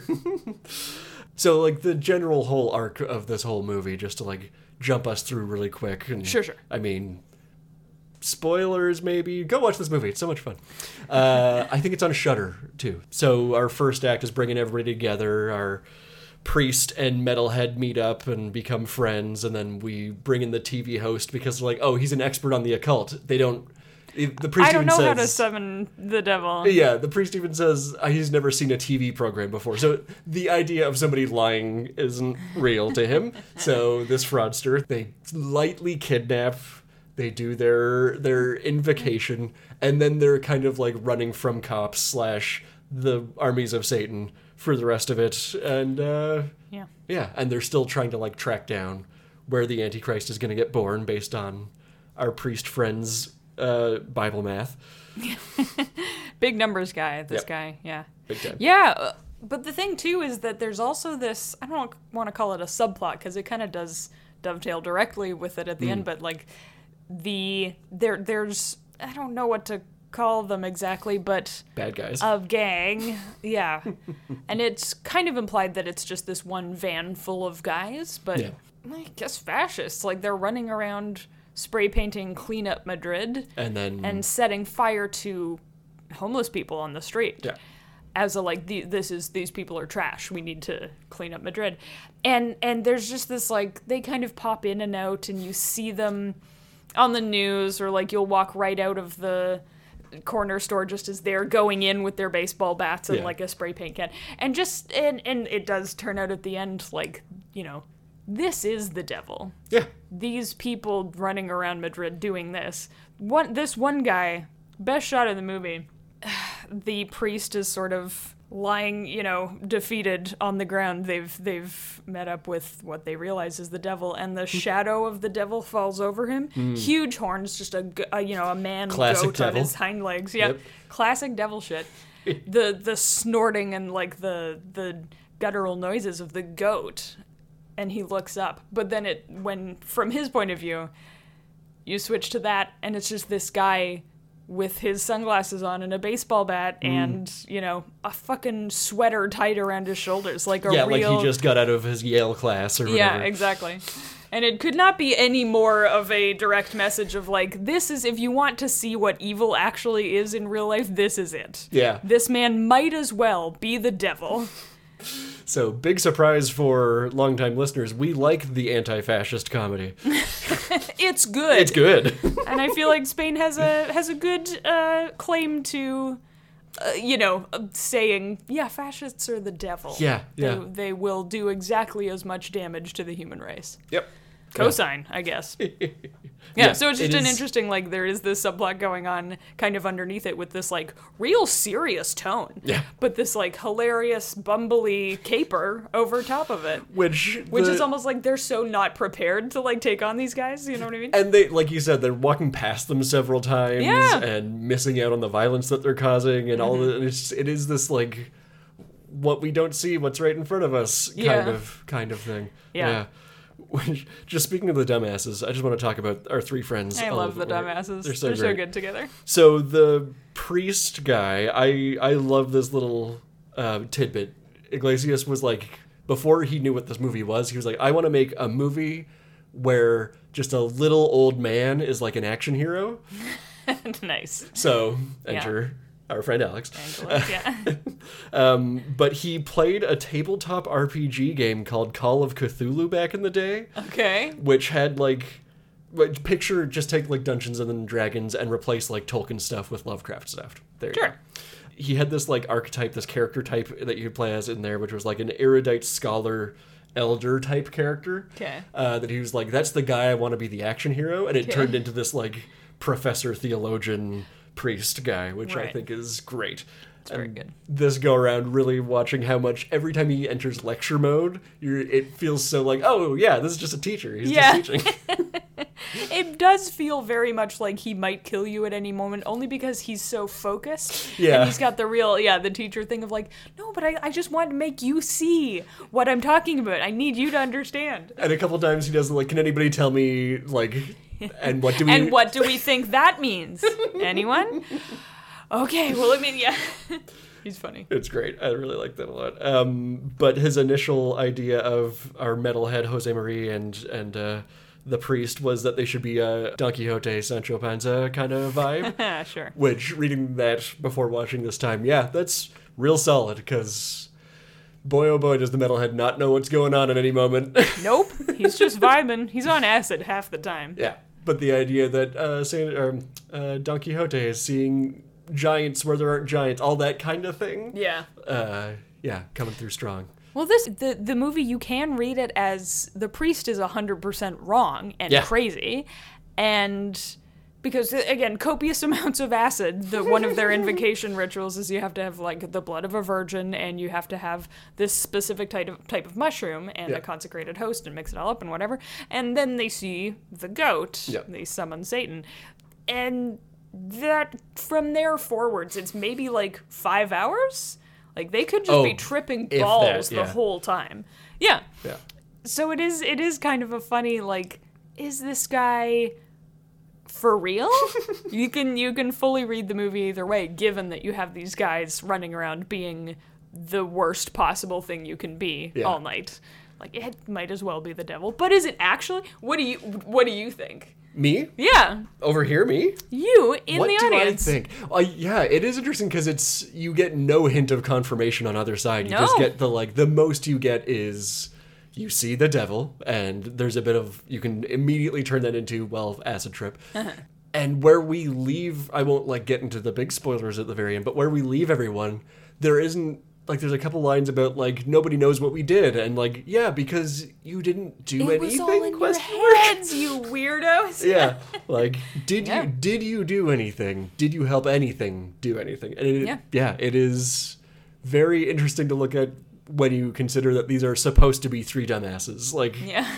[SPEAKER 1] so, like, the general whole arc of this whole movie, just to, like, jump us through really quick. And,
[SPEAKER 2] Sure, sure.
[SPEAKER 1] I mean, spoilers, maybe. Go watch this movie. It's so much fun. Uh, I think it's on Shudder, too. So, our first act is bringing everybody together. Our priest and metalhead meet up and become friends. And then we bring in the TV host because, like, oh, he's an expert on the occult. They don't. The priest
[SPEAKER 2] I don't
[SPEAKER 1] even
[SPEAKER 2] know
[SPEAKER 1] says,
[SPEAKER 2] how to summon the devil.
[SPEAKER 1] yeah, the priest even says uh, he's never seen a TV program before. So the idea of somebody lying isn't real to him. So this fraudster, they lightly kidnap, they do their their invocation, and then they're kind of like running from cops slash the armies of Satan for the rest of it. And uh,
[SPEAKER 2] Yeah.
[SPEAKER 1] yeah, and they're still trying to like track down where the Antichrist is going to get born based on our priest friend's uh, Bible math.
[SPEAKER 2] Big numbers guy, this
[SPEAKER 1] Yep.
[SPEAKER 2] guy. Yeah.
[SPEAKER 1] Big time.
[SPEAKER 2] Yeah. uh, But the thing, too, is that there's also this I don't want to call it a subplot because it kind of does dovetail directly with it at the end,
[SPEAKER 1] Mm.
[SPEAKER 2] but like the there there's I don't know what to call them exactly, but
[SPEAKER 1] Bad guys.
[SPEAKER 2] of gang. Yeah. and it's kind of implied that it's just this one van full of guys, but
[SPEAKER 1] Yeah.
[SPEAKER 2] I guess fascists. Like they're running around spray painting clean up Madrid
[SPEAKER 1] and then
[SPEAKER 2] and setting fire to homeless people on the street
[SPEAKER 1] yeah
[SPEAKER 2] as a like the, this is these people are trash we need to clean up madrid and and there's just this like they kind of pop in and out and you see them on the news or like you'll walk right out of the corner store just as they're going in with their baseball bats and
[SPEAKER 1] Yeah.
[SPEAKER 2] like a spray paint can and just and and it does turn out at the end like you know this is the devil
[SPEAKER 1] yeah
[SPEAKER 2] these people running around Madrid doing this. One, this one guy, best shot of the movie, the priest is sort of lying, you know, defeated on the ground. They've they've met up with what they realize is the devil, and the
[SPEAKER 1] Hmm.
[SPEAKER 2] shadow of the devil falls over him. Huge horns, just a, g- a, you know a man
[SPEAKER 1] Classic
[SPEAKER 2] goat on
[SPEAKER 1] devil.
[SPEAKER 2] his hind legs. Yeah,
[SPEAKER 1] Yep.
[SPEAKER 2] classic devil shit. the the snorting and like the the guttural noises of the goat and he looks up. But then it when from his point of view, you switch to that and it's just this guy with his sunglasses on and a baseball bat
[SPEAKER 1] Mm.
[SPEAKER 2] and, you know, a fucking sweater tied around his shoulders like a
[SPEAKER 1] yeah
[SPEAKER 2] real
[SPEAKER 1] like he just got out of his yale class or whatever
[SPEAKER 2] Yeah, exactly. And it could not be any more of a direct message of like this is if you want to see what evil actually is in real life, this is it.
[SPEAKER 1] yeah
[SPEAKER 2] This man might as well be the devil.
[SPEAKER 1] so big surprise for longtime listeners we like the anti-fascist comedy
[SPEAKER 2] It's good.
[SPEAKER 1] it's good
[SPEAKER 2] and I feel like Spain has a has a good uh, claim to, uh, you know, uh, saying yeah, fascists are the devil.
[SPEAKER 1] Yeah,
[SPEAKER 2] they,
[SPEAKER 1] yeah.
[SPEAKER 2] They will do exactly as much damage to the human race.
[SPEAKER 1] yep
[SPEAKER 2] Cosine, I guess. Yeah, so it's
[SPEAKER 1] it
[SPEAKER 2] just an
[SPEAKER 1] is-
[SPEAKER 2] interesting like there is this subplot going on kind of underneath it with this like real serious tone.
[SPEAKER 1] Yeah.
[SPEAKER 2] But this like hilarious bumbly caper over top of it.
[SPEAKER 1] Which
[SPEAKER 2] Which
[SPEAKER 1] the-
[SPEAKER 2] is almost like they're so not prepared to like take on these guys, you know what I mean?
[SPEAKER 1] and they like you said they're walking past them several times
[SPEAKER 2] Yeah. Mm-hmm.
[SPEAKER 1] and missing out on the violence that they're causing and all the and it's it is this like what we don't see what's right in front of us kind
[SPEAKER 2] Yeah.
[SPEAKER 1] of kind of thing
[SPEAKER 2] Yeah.
[SPEAKER 1] Which- just speaking of the dumbasses i just want to talk about our three friends
[SPEAKER 2] I
[SPEAKER 1] all
[SPEAKER 2] love
[SPEAKER 1] over
[SPEAKER 2] the
[SPEAKER 1] where-
[SPEAKER 2] dumbasses.
[SPEAKER 1] they're so, great.
[SPEAKER 2] good together.
[SPEAKER 1] so the priest guy i i love this little uh, tidbit iglesias was like before he knew what this movie was he was like i want to make a movie where just a little old man is like an action hero
[SPEAKER 2] nice.
[SPEAKER 1] so enter our friend alex
[SPEAKER 2] Angela, yeah.
[SPEAKER 1] but he played a tabletop rpg game called call of cthulhu back in the day
[SPEAKER 2] Okay.
[SPEAKER 1] which had like like, picture just take like dungeons and dragons and replace like tolkien stuff with lovecraft stuff there you go.
[SPEAKER 2] Sure.
[SPEAKER 1] he had this like archetype, this character type that you could play as in there, which was like an erudite scholar, elder type character.
[SPEAKER 2] Okay.
[SPEAKER 1] Uh, that he was like, that's the guy I want to be the action hero, and it turned into this like professor, theologian, priest guy, which I
[SPEAKER 2] Right.
[SPEAKER 1] think is great. It's
[SPEAKER 2] very good.
[SPEAKER 1] This go around, really watching how much every time he enters lecture mode, you're, it feels so like, oh yeah, this is just a teacher. He's
[SPEAKER 2] Yeah.
[SPEAKER 1] just teaching.
[SPEAKER 2] It does feel very much like he might kill you at any moment, only because he's so focused.
[SPEAKER 1] Yeah.
[SPEAKER 2] And he's got the real, yeah, the teacher thing of like, no, but I, I just want to make you see what I'm talking about. I need you to understand.
[SPEAKER 1] and a couple times he does like, can anybody tell me like, and what do we?
[SPEAKER 2] And what do we think that means? Anyone? Okay, well, I mean, yeah. he's funny.
[SPEAKER 1] It's great. I really like that a lot. Um, but his initial idea of our metalhead Jose Marie and and uh, the priest was that they should be a Don Quixote, Sancho Panza kind of vibe.
[SPEAKER 2] Yeah, Ah, sure.
[SPEAKER 1] which reading that before watching this time, yeah, that's real solid. Because boy oh boy, does the metalhead not know what's going on at any moment.
[SPEAKER 2] Nope. He's just vibing. He's on acid half the time.
[SPEAKER 1] yeah. But the idea that uh, San, or, uh, Don Quixote is seeing giants where there aren't giants, all that kind of thing.
[SPEAKER 2] Yeah.
[SPEAKER 1] Uh, yeah, coming through strong.
[SPEAKER 2] Well, this the the movie you can read it as the priest is hundred percent wrong and
[SPEAKER 1] Yeah.
[SPEAKER 2] crazy, and because uh, again, copious amounts of acid. The one of their invocation rituals is you have to have like the blood of a virgin, and you have to have this specific type of type of mushroom and
[SPEAKER 1] Yeah.
[SPEAKER 2] a consecrated host, and mix it all up and whatever. And then they see the goat.
[SPEAKER 1] Yeah.
[SPEAKER 2] They summon Satan, and that from there forwards, it's maybe like five hours. Like they could just
[SPEAKER 1] Oh,
[SPEAKER 2] be tripping
[SPEAKER 1] if
[SPEAKER 2] balls
[SPEAKER 1] that,
[SPEAKER 2] the
[SPEAKER 1] yeah.
[SPEAKER 2] whole time. Yeah.
[SPEAKER 1] Yeah.
[SPEAKER 2] So it is it is kind of a funny like is this guy for real? you can you can fully read the movie either way given that you have these guys running around being the worst possible thing you can be
[SPEAKER 1] Yeah.
[SPEAKER 2] all night. Like it might as well be the devil. But is it actually? What do you what do you think?
[SPEAKER 1] Me?
[SPEAKER 2] Yeah.
[SPEAKER 1] Over here, me?
[SPEAKER 2] You in
[SPEAKER 1] what
[SPEAKER 2] the
[SPEAKER 1] do
[SPEAKER 2] audience.
[SPEAKER 1] I think? Uh, yeah, it is interesting because it's you get no hint of confirmation on either side. You just
[SPEAKER 2] No.
[SPEAKER 1] get the like the most you get is you see the devil, and there's a bit of you can immediately turn that into well acid trip. And where we leave, I won't like get into the big spoilers at the very end, but where we leave everyone, there isn't like there's a couple lines about like nobody knows what we did, and like yeah because you didn't do
[SPEAKER 2] It was
[SPEAKER 1] anything.
[SPEAKER 2] all in your
[SPEAKER 1] question mark?
[SPEAKER 2] heads, you weirdos.
[SPEAKER 1] yeah like did
[SPEAKER 2] Yeah.
[SPEAKER 1] you did you do anything did you help anything do anything and it, yeah.
[SPEAKER 2] Yeah.
[SPEAKER 1] it is very interesting to look at when you consider that these are supposed to be three dumbasses like
[SPEAKER 2] Yeah.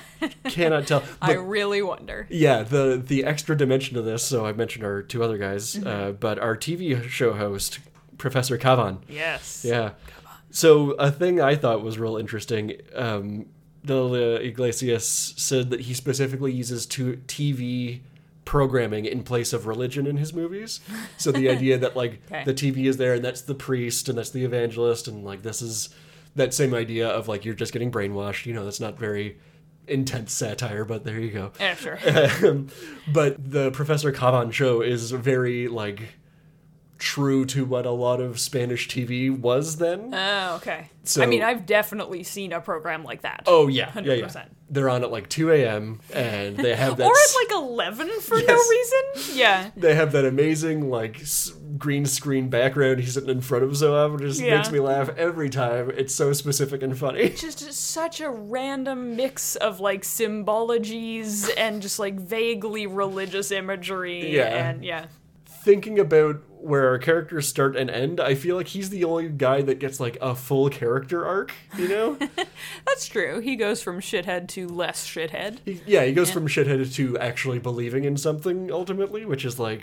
[SPEAKER 1] cannot tell
[SPEAKER 2] I
[SPEAKER 1] But-
[SPEAKER 2] really wonder.
[SPEAKER 1] yeah, the the extra dimension of this. So I mentioned our two other guys,
[SPEAKER 2] Mm-hmm.
[SPEAKER 1] uh, but our TV show host, Professor Kavan.
[SPEAKER 2] Yes.
[SPEAKER 1] Yeah. So a thing I thought was real interesting. Um, the Iglesias said that he specifically uses to TV programming in place of religion in his movies. So the idea that like
[SPEAKER 2] Okay.
[SPEAKER 1] the TV is there and that's the priest and that's the evangelist and like this is that same idea of like you're just getting brainwashed. You know, that's not very intense satire, but there you go. Um,
[SPEAKER 2] Yeah, Eh, sure.
[SPEAKER 1] But the Professor Caban show is very like true to what a lot of Spanish TV was then.
[SPEAKER 2] Oh, okay.
[SPEAKER 1] So-
[SPEAKER 2] I mean, I've definitely seen a program like that.
[SPEAKER 1] Oh yeah, yeah, yeah.
[SPEAKER 2] 100%.
[SPEAKER 1] They're on at like 2 a.m. and they have that.
[SPEAKER 2] or
[SPEAKER 1] s-
[SPEAKER 2] at like 11 for no
[SPEAKER 1] Yes.
[SPEAKER 2] reason? Yeah.
[SPEAKER 1] they have that amazing like s- green screen background he's sitting in front of Zoab, which just
[SPEAKER 2] Yeah.
[SPEAKER 1] makes me laugh every time. It's so specific and funny.
[SPEAKER 2] just such a random mix of like symbologies and just like vaguely religious imagery
[SPEAKER 1] Yeah.
[SPEAKER 2] and yeah
[SPEAKER 1] Thinking about where our characters start and end, I feel like he's the only guy that gets like a full character arc, you know?
[SPEAKER 2] that's true he goes from shithead to less shithead
[SPEAKER 1] He- yeah, he goes from shithead to actually believing in something ultimately, which is like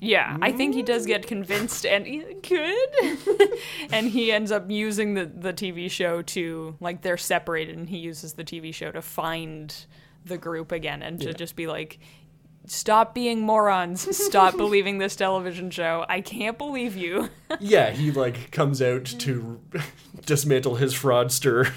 [SPEAKER 2] yeah i think he does get convinced and good and he ends up using the, the tv show to like they're separated and he uses the tv show to find the group again and to just be like stop being morons stop believing this television show i can't believe you
[SPEAKER 1] yeah, he like comes out to
[SPEAKER 2] Mm.
[SPEAKER 1] dismantle his fraudster.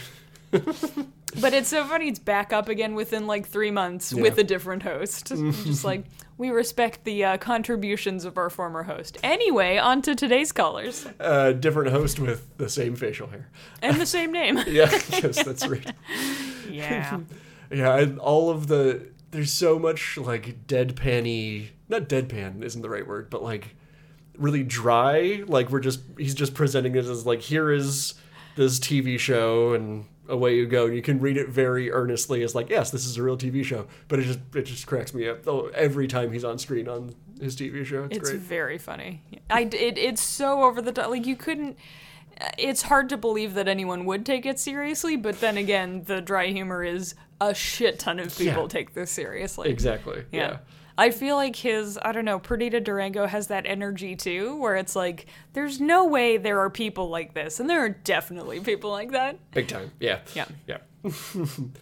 [SPEAKER 2] But it's so funny. It's back up again within like three months
[SPEAKER 1] Yeah.
[SPEAKER 2] with a different host. Just like we respect the uh, contributions of our former host. Anyway, on to today's callers
[SPEAKER 1] A different host with the same facial hair.
[SPEAKER 2] and the same name.
[SPEAKER 1] Yeah, yes, that's right.
[SPEAKER 2] Yeah,
[SPEAKER 1] Yeah, and all of the there's so much like deadpanny, not deadpan isn't the right word, but like really dry. Like we're just he's just presenting it as like here is this TV show and away you go. And you can read it very earnestly as like yes, this is a real TV show. But it just it just cracks me up though every time he's on screen on his TV show. It's,
[SPEAKER 2] it's
[SPEAKER 1] great.
[SPEAKER 2] very funny. I d- it, it's so over the top. Like you couldn't. It's hard to believe that anyone would take it seriously. But then again, the dry humor is a shit ton of people
[SPEAKER 1] Yeah.
[SPEAKER 2] take this seriously.
[SPEAKER 1] Exactly.
[SPEAKER 2] Yeah.
[SPEAKER 1] yeah.
[SPEAKER 2] I feel like his, I don't know, Perdita Durango has that energy too, where it's like, there's no way there are people like this. And there are definitely people like that.
[SPEAKER 1] Big time. Yeah.
[SPEAKER 2] Yeah.
[SPEAKER 1] Yeah.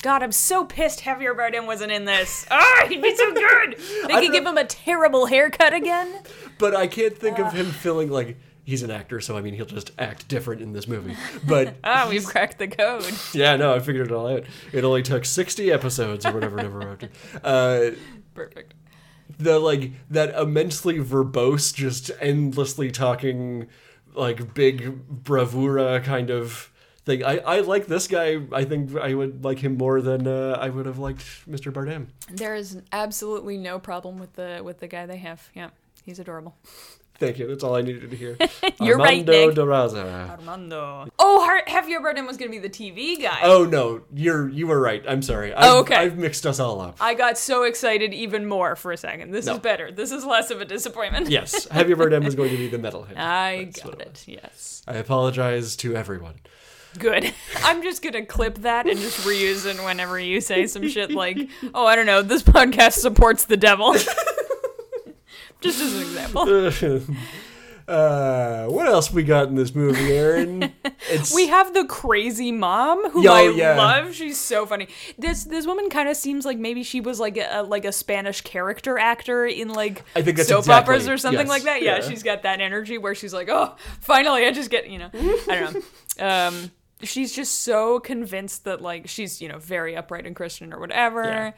[SPEAKER 2] God, I'm so pissed Javier Bardem wasn't in this. Ah, he'd be so good. They could give him a terrible haircut again.
[SPEAKER 1] but I can't think
[SPEAKER 2] Uh.
[SPEAKER 1] of him feeling like he's an actor, so I mean he'll just act different in this movie. But
[SPEAKER 2] Ah, we've cracked the code.
[SPEAKER 1] yeah, no, I figured it all out. It only took sixty episodes or whatever number after. Uh,
[SPEAKER 2] Perfect.
[SPEAKER 1] the like that immensely verbose, just endlessly talking, like big bravura kind of thing. I I like this guy. I think I would like him more than uh, I would have liked Mr. Bardem.
[SPEAKER 2] There is absolutely no problem with the with the guy they have. Yeah, he's adorable.
[SPEAKER 1] Thank you. That's all I needed to hear.
[SPEAKER 2] You're right,
[SPEAKER 1] Armando
[SPEAKER 2] Nick.
[SPEAKER 1] Durazo.
[SPEAKER 2] Armando. Oh, Har- Javier Bardem was going to be the TV guy.
[SPEAKER 1] Oh no, you're you were right. I'm sorry. I've,
[SPEAKER 2] Oh, okay.
[SPEAKER 1] I've mixed us all up.
[SPEAKER 2] I got so excited even more for a second. This
[SPEAKER 1] No.
[SPEAKER 2] is better. This is less of a disappointment.
[SPEAKER 1] yes, Javier Bardem is going to be the metalhead.
[SPEAKER 2] I
[SPEAKER 1] That's what
[SPEAKER 2] got
[SPEAKER 1] it
[SPEAKER 2] it. Yes.
[SPEAKER 1] I apologize to everyone.
[SPEAKER 2] Good. I'm just going to clip that and just reuse it whenever you say some shit like, oh, I don't know, this podcast supports the devil. just as an example.
[SPEAKER 1] Uh, what else we got in this movie, Aaron? It's
[SPEAKER 2] We have the crazy mom who
[SPEAKER 1] Yo,
[SPEAKER 2] I
[SPEAKER 1] yeah.
[SPEAKER 2] love. She's so funny. This this woman kind of seems like maybe she was like a like a Spanish character actor in like
[SPEAKER 1] I think that's
[SPEAKER 2] soap
[SPEAKER 1] exactly-
[SPEAKER 2] operas or something
[SPEAKER 1] yes,
[SPEAKER 2] like that. Yeah,
[SPEAKER 1] yeah.
[SPEAKER 2] she's got that energy where she's like, "Oh, finally I just get, you know, I don't know." Um she's just so convinced that like she's, you know, very upright and Christian or whatever.
[SPEAKER 1] Yeah.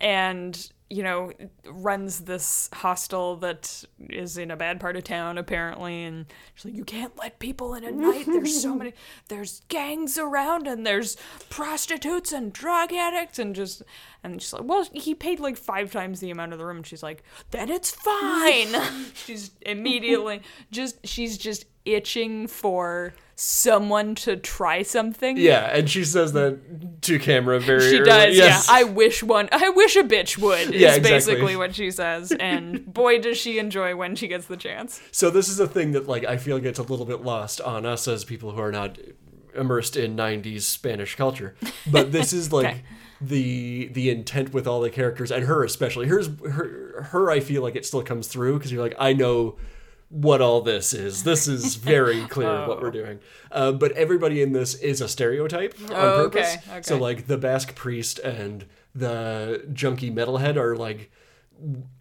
[SPEAKER 2] And you know, runs this hostel that is in a bad part of town apparently, and she's like, "You can't let people in at night. There's so many. There's gangs around, and there's prostitutes and drug addicts, and just and she's like, well, he paid like five times the amount of the room. And she's like, then it's fine. she's immediately just she's just itching for someone to try something.
[SPEAKER 1] yeah, and she says that to camera very.
[SPEAKER 2] She
[SPEAKER 1] early.
[SPEAKER 2] does,
[SPEAKER 1] Yes.
[SPEAKER 2] yeah. I wish one. I wish a bitch would.
[SPEAKER 1] Yeah,
[SPEAKER 2] is
[SPEAKER 1] exactly.
[SPEAKER 2] basically what she says. And boy, does she enjoy when she gets the chance.
[SPEAKER 1] so this is a thing that like I feel gets a little bit lost on us as people who are not immersed in 90s Spanish culture. But this is like the the intent with all the characters and her especially. Hers her her I feel like it still comes through cuz you're like I know what all this is. This is very clear what
[SPEAKER 2] Oh.
[SPEAKER 1] we're doing. Uh, but everybody in this is a stereotype on
[SPEAKER 2] Oh, okay,
[SPEAKER 1] purpose. So
[SPEAKER 2] okay.
[SPEAKER 1] like the Basque priest and the junkie metalhead are like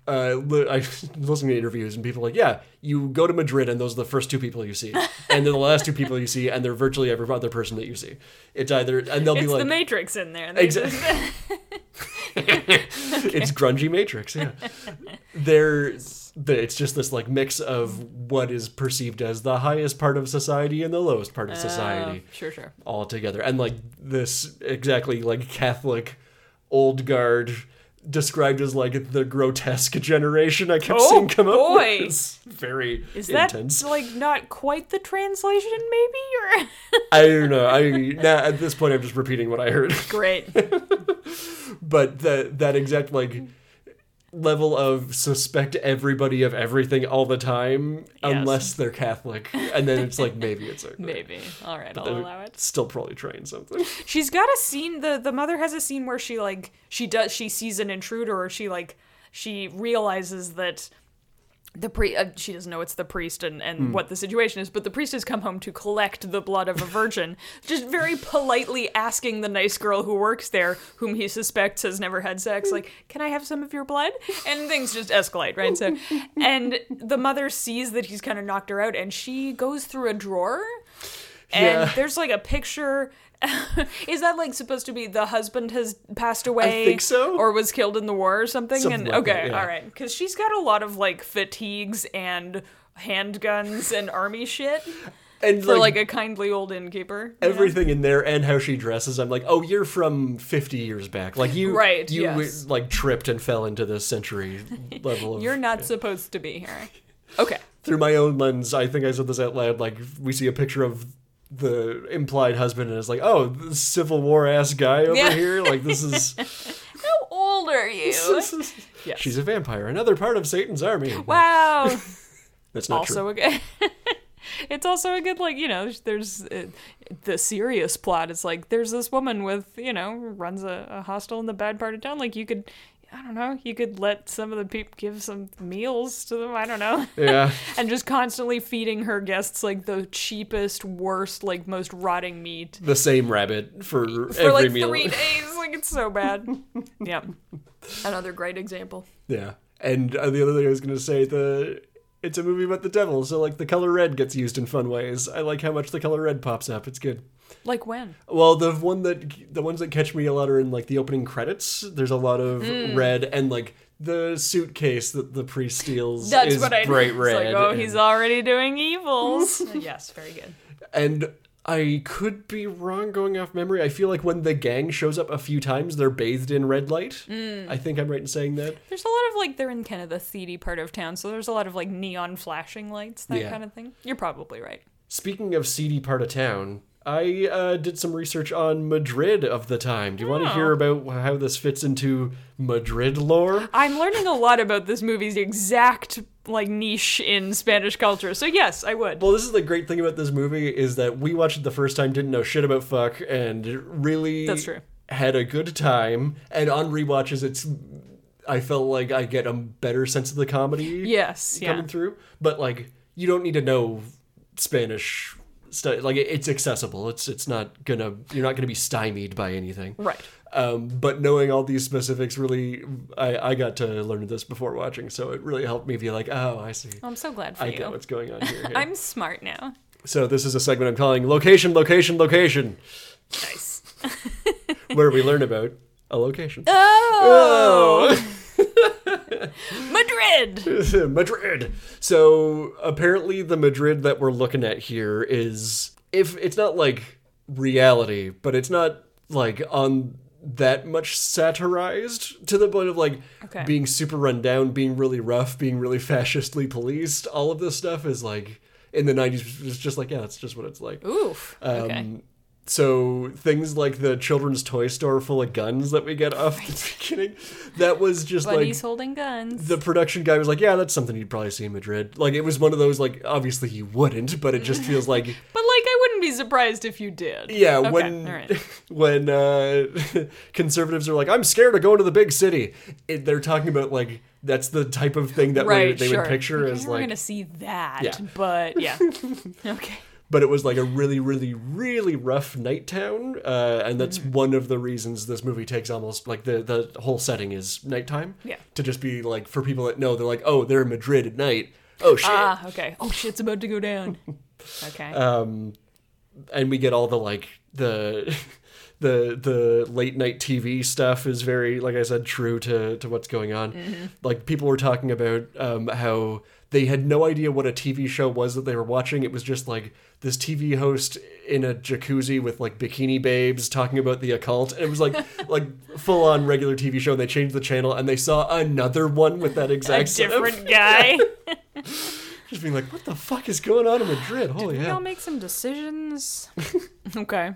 [SPEAKER 1] uh, li- I was listening to interviews and people are like, yeah, you go to Madrid and those are the first two people you see, and then the last two people you see, and they're virtually every other person that you see. It's either and they'll be
[SPEAKER 2] It's
[SPEAKER 1] like,
[SPEAKER 2] the Matrix in there. They
[SPEAKER 1] Exa- it's grungy Matrix, yeah. They're, the it's just this like mix of what is perceived as the highest part of society and the lowest part
[SPEAKER 2] Oh.
[SPEAKER 1] of society
[SPEAKER 2] Sure, sure.
[SPEAKER 1] all together, and like this exactly like Catholic old guard described as like the grotesque generation I kept
[SPEAKER 2] Oh,
[SPEAKER 1] seeing come up. with.
[SPEAKER 2] boy.
[SPEAKER 1] It's very
[SPEAKER 2] Is that
[SPEAKER 1] intense.
[SPEAKER 2] like not quite the translation, maybe? Or
[SPEAKER 1] I don't know. I nah, at this point I'm just repeating what I heard.
[SPEAKER 2] great.
[SPEAKER 1] but that that exact like level of suspect everybody of everything all the time unless they're Catholic, and then it's like maybe it's okay.
[SPEAKER 2] Maybe. All right, I'll
[SPEAKER 1] They're
[SPEAKER 2] allow it.
[SPEAKER 1] Still probably trying something.
[SPEAKER 2] She's got a scene. the The mother has a scene where she like she does she sees an intruder or she like she realizes that the pri uh, she doesn't know it's the priest and and what the situation is, but the priest has come home to collect the blood of a virgin, just very politely asking the nice girl who works there, whom he suspects has never had sex, like, "Can I have some of your blood?" And things just escalate, right? So, and the mother sees that he's kind of knocked her out, and she goes through a drawer and
[SPEAKER 1] Yeah.
[SPEAKER 2] there's like a picture. is that like supposed to be the husband has passed away?
[SPEAKER 1] think so.
[SPEAKER 2] or was killed in the war or something.
[SPEAKER 1] Something
[SPEAKER 2] and
[SPEAKER 1] like
[SPEAKER 2] okay,
[SPEAKER 1] that, yeah.
[SPEAKER 2] all right, because she's got a lot of like fatigues and handguns and army shit
[SPEAKER 1] And
[SPEAKER 2] for
[SPEAKER 1] like,
[SPEAKER 2] like, a kindly old innkeeper. you know?
[SPEAKER 1] everything in there and how she dresses, I'm like, oh, you're from 50 years back. Like you,
[SPEAKER 2] Right,
[SPEAKER 1] You
[SPEAKER 2] yes.
[SPEAKER 1] like tripped and fell into this century level. Of,
[SPEAKER 2] You're not supposed to be here. Okay.
[SPEAKER 1] through my own lens. I think I said this out loud. Like we see a picture of the implied husband, and it's like, oh, this Civil War ass guy over
[SPEAKER 2] Yeah.
[SPEAKER 1] here. Like this is.
[SPEAKER 2] How old are you? Yes.
[SPEAKER 1] She's a vampire, another part of Satan's army.
[SPEAKER 2] Wow.
[SPEAKER 1] That's not
[SPEAKER 2] also
[SPEAKER 1] true.
[SPEAKER 2] a good. it's also a good like you know. There's uh, the serious plot. It's like there's this woman with you know runs a, a hostel in the bad part of town. Like you could. I don't know. You could let some of the people give some meals to them. I don't know.
[SPEAKER 1] yeah,
[SPEAKER 2] and just constantly feeding her guests like the cheapest, worst, like most rotting meat
[SPEAKER 1] the same rabbit for,
[SPEAKER 2] for
[SPEAKER 1] every
[SPEAKER 2] like
[SPEAKER 1] meal.
[SPEAKER 2] three days. Like it's so bad. yeah. Another great example.
[SPEAKER 1] Yeah, and uh, the other thing I was gonna say the. It's a movie about the devil, so like the color red gets used in fun ways. I like how much the color red pops up. It's good.
[SPEAKER 2] Like when?
[SPEAKER 1] Well, the one that the ones that catch me a lot are in like the opening credits. There's a lot of
[SPEAKER 2] Mm.
[SPEAKER 1] red and like the suitcase that the priest steals
[SPEAKER 2] That's
[SPEAKER 1] is
[SPEAKER 2] what I
[SPEAKER 1] bright
[SPEAKER 2] It's
[SPEAKER 1] red.
[SPEAKER 2] Like, oh,
[SPEAKER 1] and,
[SPEAKER 2] he's already doing evils. yes, very good.
[SPEAKER 1] and I could be wrong going off memory. I feel like when the gang shows up a few times, they're bathed in red light.
[SPEAKER 2] Mm.
[SPEAKER 1] I think I'm right in saying that.
[SPEAKER 2] There's a lot of like they're in kind of the seedy part of town, so there's a lot of like neon flashing lights, that
[SPEAKER 1] Yeah.
[SPEAKER 2] kind of thing. You're probably right.
[SPEAKER 1] Speaking of seedy part of town, I uh, did some research on Madrid of the time. Do you want to
[SPEAKER 2] Oh.
[SPEAKER 1] hear about how this fits into Madrid lore?
[SPEAKER 2] I'm learning a lot about this movie's exact like niche in Spanish culture. So yes, I would.
[SPEAKER 1] Well, this is the great thing about this movie is that we watched it the first time, didn't know shit about fuck, and really
[SPEAKER 2] That's true.
[SPEAKER 1] had a good time. And on rewatches, it's I felt like I get a better sense of the comedy
[SPEAKER 2] yes, yeah.
[SPEAKER 1] coming through. But like, you don't need to know Spanish stuff. Like, it- it's accessible. It's it's not gonna you're not gonna be stymied by anything.
[SPEAKER 2] Right.
[SPEAKER 1] Um, but knowing all these specifics really, I, I got to learn this before watching, so it really helped me be like, oh, I see.
[SPEAKER 2] I'm so glad for
[SPEAKER 1] I
[SPEAKER 2] you.
[SPEAKER 1] get what's going on here. yeah.
[SPEAKER 2] I'm smart now.
[SPEAKER 1] So this is a segment I'm calling location, location, location,
[SPEAKER 2] Nice.
[SPEAKER 1] where we learn about a location.
[SPEAKER 2] Oh, Madrid.
[SPEAKER 1] Madrid. So apparently the Madrid that we're looking at here is if it's not like reality, but it's not like on that much satirized to the point of like
[SPEAKER 2] Okay.
[SPEAKER 1] being super run down, being really rough, being really fascistly policed. All of this stuff is like in the 90s it's just like yeah, that's just what it's like.
[SPEAKER 2] Oof. okay.
[SPEAKER 1] So things like the children's toy store full of guns that we get off the beginning, that was just
[SPEAKER 2] Buddy's
[SPEAKER 1] like
[SPEAKER 2] holding guns.
[SPEAKER 1] the production guy was like, yeah, that's something you'd probably see in Madrid. Like it was one of those like obviously you wouldn't, but it just feels like
[SPEAKER 2] but like, I wouldn't be surprised if you did.
[SPEAKER 1] yeah
[SPEAKER 2] Okay,
[SPEAKER 1] when
[SPEAKER 2] all right.
[SPEAKER 1] when uh, conservatives are like, I'm scared of going to the big city. It, they're talking about like that's the type of thing that we-
[SPEAKER 2] right,
[SPEAKER 1] they
[SPEAKER 2] sure.
[SPEAKER 1] would picture
[SPEAKER 2] Like,
[SPEAKER 1] as
[SPEAKER 2] we're
[SPEAKER 1] like
[SPEAKER 2] gonna see that,
[SPEAKER 1] Yeah.
[SPEAKER 2] but yeah, okay.
[SPEAKER 1] but it was like a really, really, really rough night town, uh, and that's
[SPEAKER 2] Mm.
[SPEAKER 1] one of the reasons this movie takes almost like the the whole setting is nighttime.
[SPEAKER 2] Yeah.
[SPEAKER 1] To just be like for people that know, they're like, oh, they're in Madrid at night. Oh shit!
[SPEAKER 2] Ah, okay. Oh shit's about to go down. Okay.
[SPEAKER 1] Uh, and we get all the like the. The, the late night TV stuff is
[SPEAKER 2] Mm-hmm.
[SPEAKER 1] very, like I said, true to, to what's going on. Like people were talking about um, how They had no idea what a TV show was that they were watching. It was just like this TV host in a jacuzzi with like bikini babes talking about the occult. And it was like like full on regular TV show. And they changed the channel and they saw another one with that
[SPEAKER 2] A
[SPEAKER 1] exact setup.
[SPEAKER 2] different guy.
[SPEAKER 1] Just being like, what the fuck is going on in Madrid? Holy hell!
[SPEAKER 2] Y'all make some decisions. okay.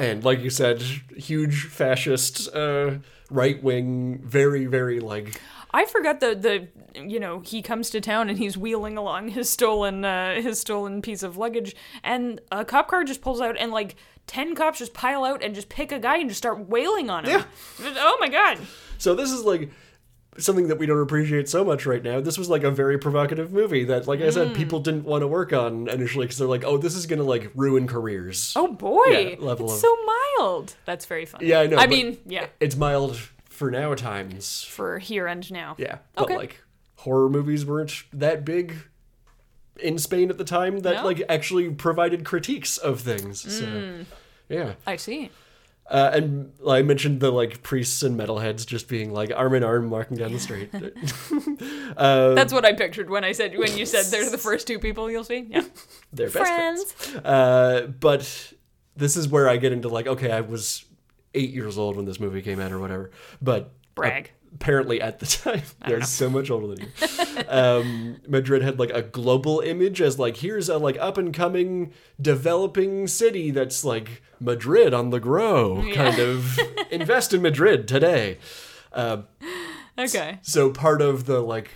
[SPEAKER 1] and like you said, huge fascist, uh, right wing, very very like
[SPEAKER 2] I forgot the the you know he comes to town and he's wheeling along his stolen uh, his stolen piece of luggage and a cop car just pulls out and like ten cops just pile out and just pick a guy and just start wailing on him. Oh my god!
[SPEAKER 1] So this is like something that we don't appreciate so much right now. This was like a very provocative movie that, like I
[SPEAKER 2] Hmm.
[SPEAKER 1] said, people didn't want to work on initially because they're like, "Oh, this is gonna like ruin careers."
[SPEAKER 2] Oh boy!
[SPEAKER 1] Yeah, level
[SPEAKER 2] it's
[SPEAKER 1] of-
[SPEAKER 2] so mild. That's very funny.
[SPEAKER 1] Yeah, I know,
[SPEAKER 2] I
[SPEAKER 1] but-
[SPEAKER 2] mean, yeah,
[SPEAKER 1] it's mild for now times.
[SPEAKER 2] for here and now.
[SPEAKER 1] Yeah, but
[SPEAKER 2] Okay.
[SPEAKER 1] like horror movies weren't that big in Spain at the time that
[SPEAKER 2] No. Hmm.
[SPEAKER 1] like actually provided critiques of things. So yeah.
[SPEAKER 2] I see.
[SPEAKER 1] Uh, and I mentioned the like priests and metalheads just being like arm in arm walking down the street.
[SPEAKER 2] That's what I pictured when I said when you said they're the first two people you'll see. Yeah,
[SPEAKER 1] They're best friends.
[SPEAKER 2] friends.
[SPEAKER 1] Uh, but this is where I get into like, okay, I was eight years old when this movie came out or whatever. But
[SPEAKER 2] Brag.
[SPEAKER 1] apparently at the time, they're so much older than you. um, Madrid had like a global image as like, here's a like up and coming developing city that's like Madrid on the grow kind of invest in Madrid today.
[SPEAKER 2] Okay.
[SPEAKER 1] So part of the like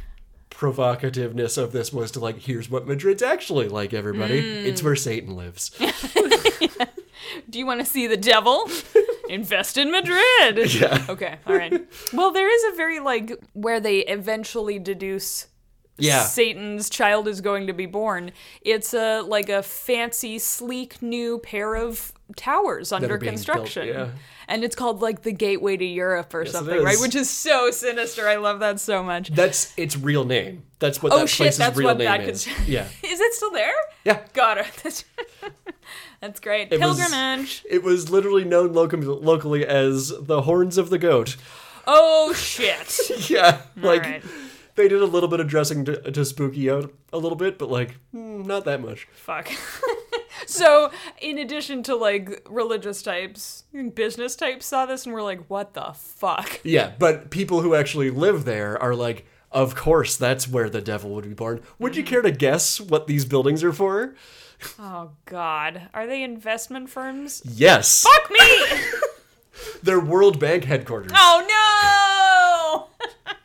[SPEAKER 1] provocativeness of this was to like, here's what Madrid's actually like, everybody.
[SPEAKER 2] Mm.
[SPEAKER 1] It's where Satan lives.
[SPEAKER 2] Do you want to see the devil? Invest in Madrid.
[SPEAKER 1] Yeah.
[SPEAKER 2] Okay, all right. well, there is a very like where they eventually deduce
[SPEAKER 1] Yeah.
[SPEAKER 2] Satan's child is going to be born. It's a like a fancy, sleek new pair of towers under
[SPEAKER 1] being
[SPEAKER 2] construction.
[SPEAKER 1] built, yeah.
[SPEAKER 2] And it's called like the gateway to Europe or
[SPEAKER 1] it
[SPEAKER 2] something, right?
[SPEAKER 1] is.
[SPEAKER 2] Which is so sinister. I love that so much.
[SPEAKER 1] That's its real name. That's what
[SPEAKER 2] Oh,
[SPEAKER 1] that
[SPEAKER 2] shit,
[SPEAKER 1] place's
[SPEAKER 2] that's
[SPEAKER 1] real
[SPEAKER 2] what
[SPEAKER 1] name
[SPEAKER 2] that
[SPEAKER 1] is.
[SPEAKER 2] could-
[SPEAKER 1] Yeah.
[SPEAKER 2] is it still there?
[SPEAKER 1] Yeah.
[SPEAKER 2] Got it. That's, that's great.
[SPEAKER 1] It was-
[SPEAKER 2] Pilgrimage.
[SPEAKER 1] It was literally known loc- locally as the Horns of the Goat.
[SPEAKER 2] Oh shit.
[SPEAKER 1] Yeah. Like
[SPEAKER 2] right.
[SPEAKER 1] they did a little bit of dressing to, to spook you out a little bit, but like mm, not that much.
[SPEAKER 2] Fuck. so, in addition to like religious types, business types saw this and were like, what the fuck?
[SPEAKER 1] Yeah, but people who actually live there are like of course that's where the devil would be born. Would
[SPEAKER 2] Mm-hmm.
[SPEAKER 1] you care to guess what these buildings are for?
[SPEAKER 2] Oh, God. Are they investment firms?
[SPEAKER 1] Yes.
[SPEAKER 2] Fuck me!
[SPEAKER 1] They're World Bank headquarters.
[SPEAKER 2] oh,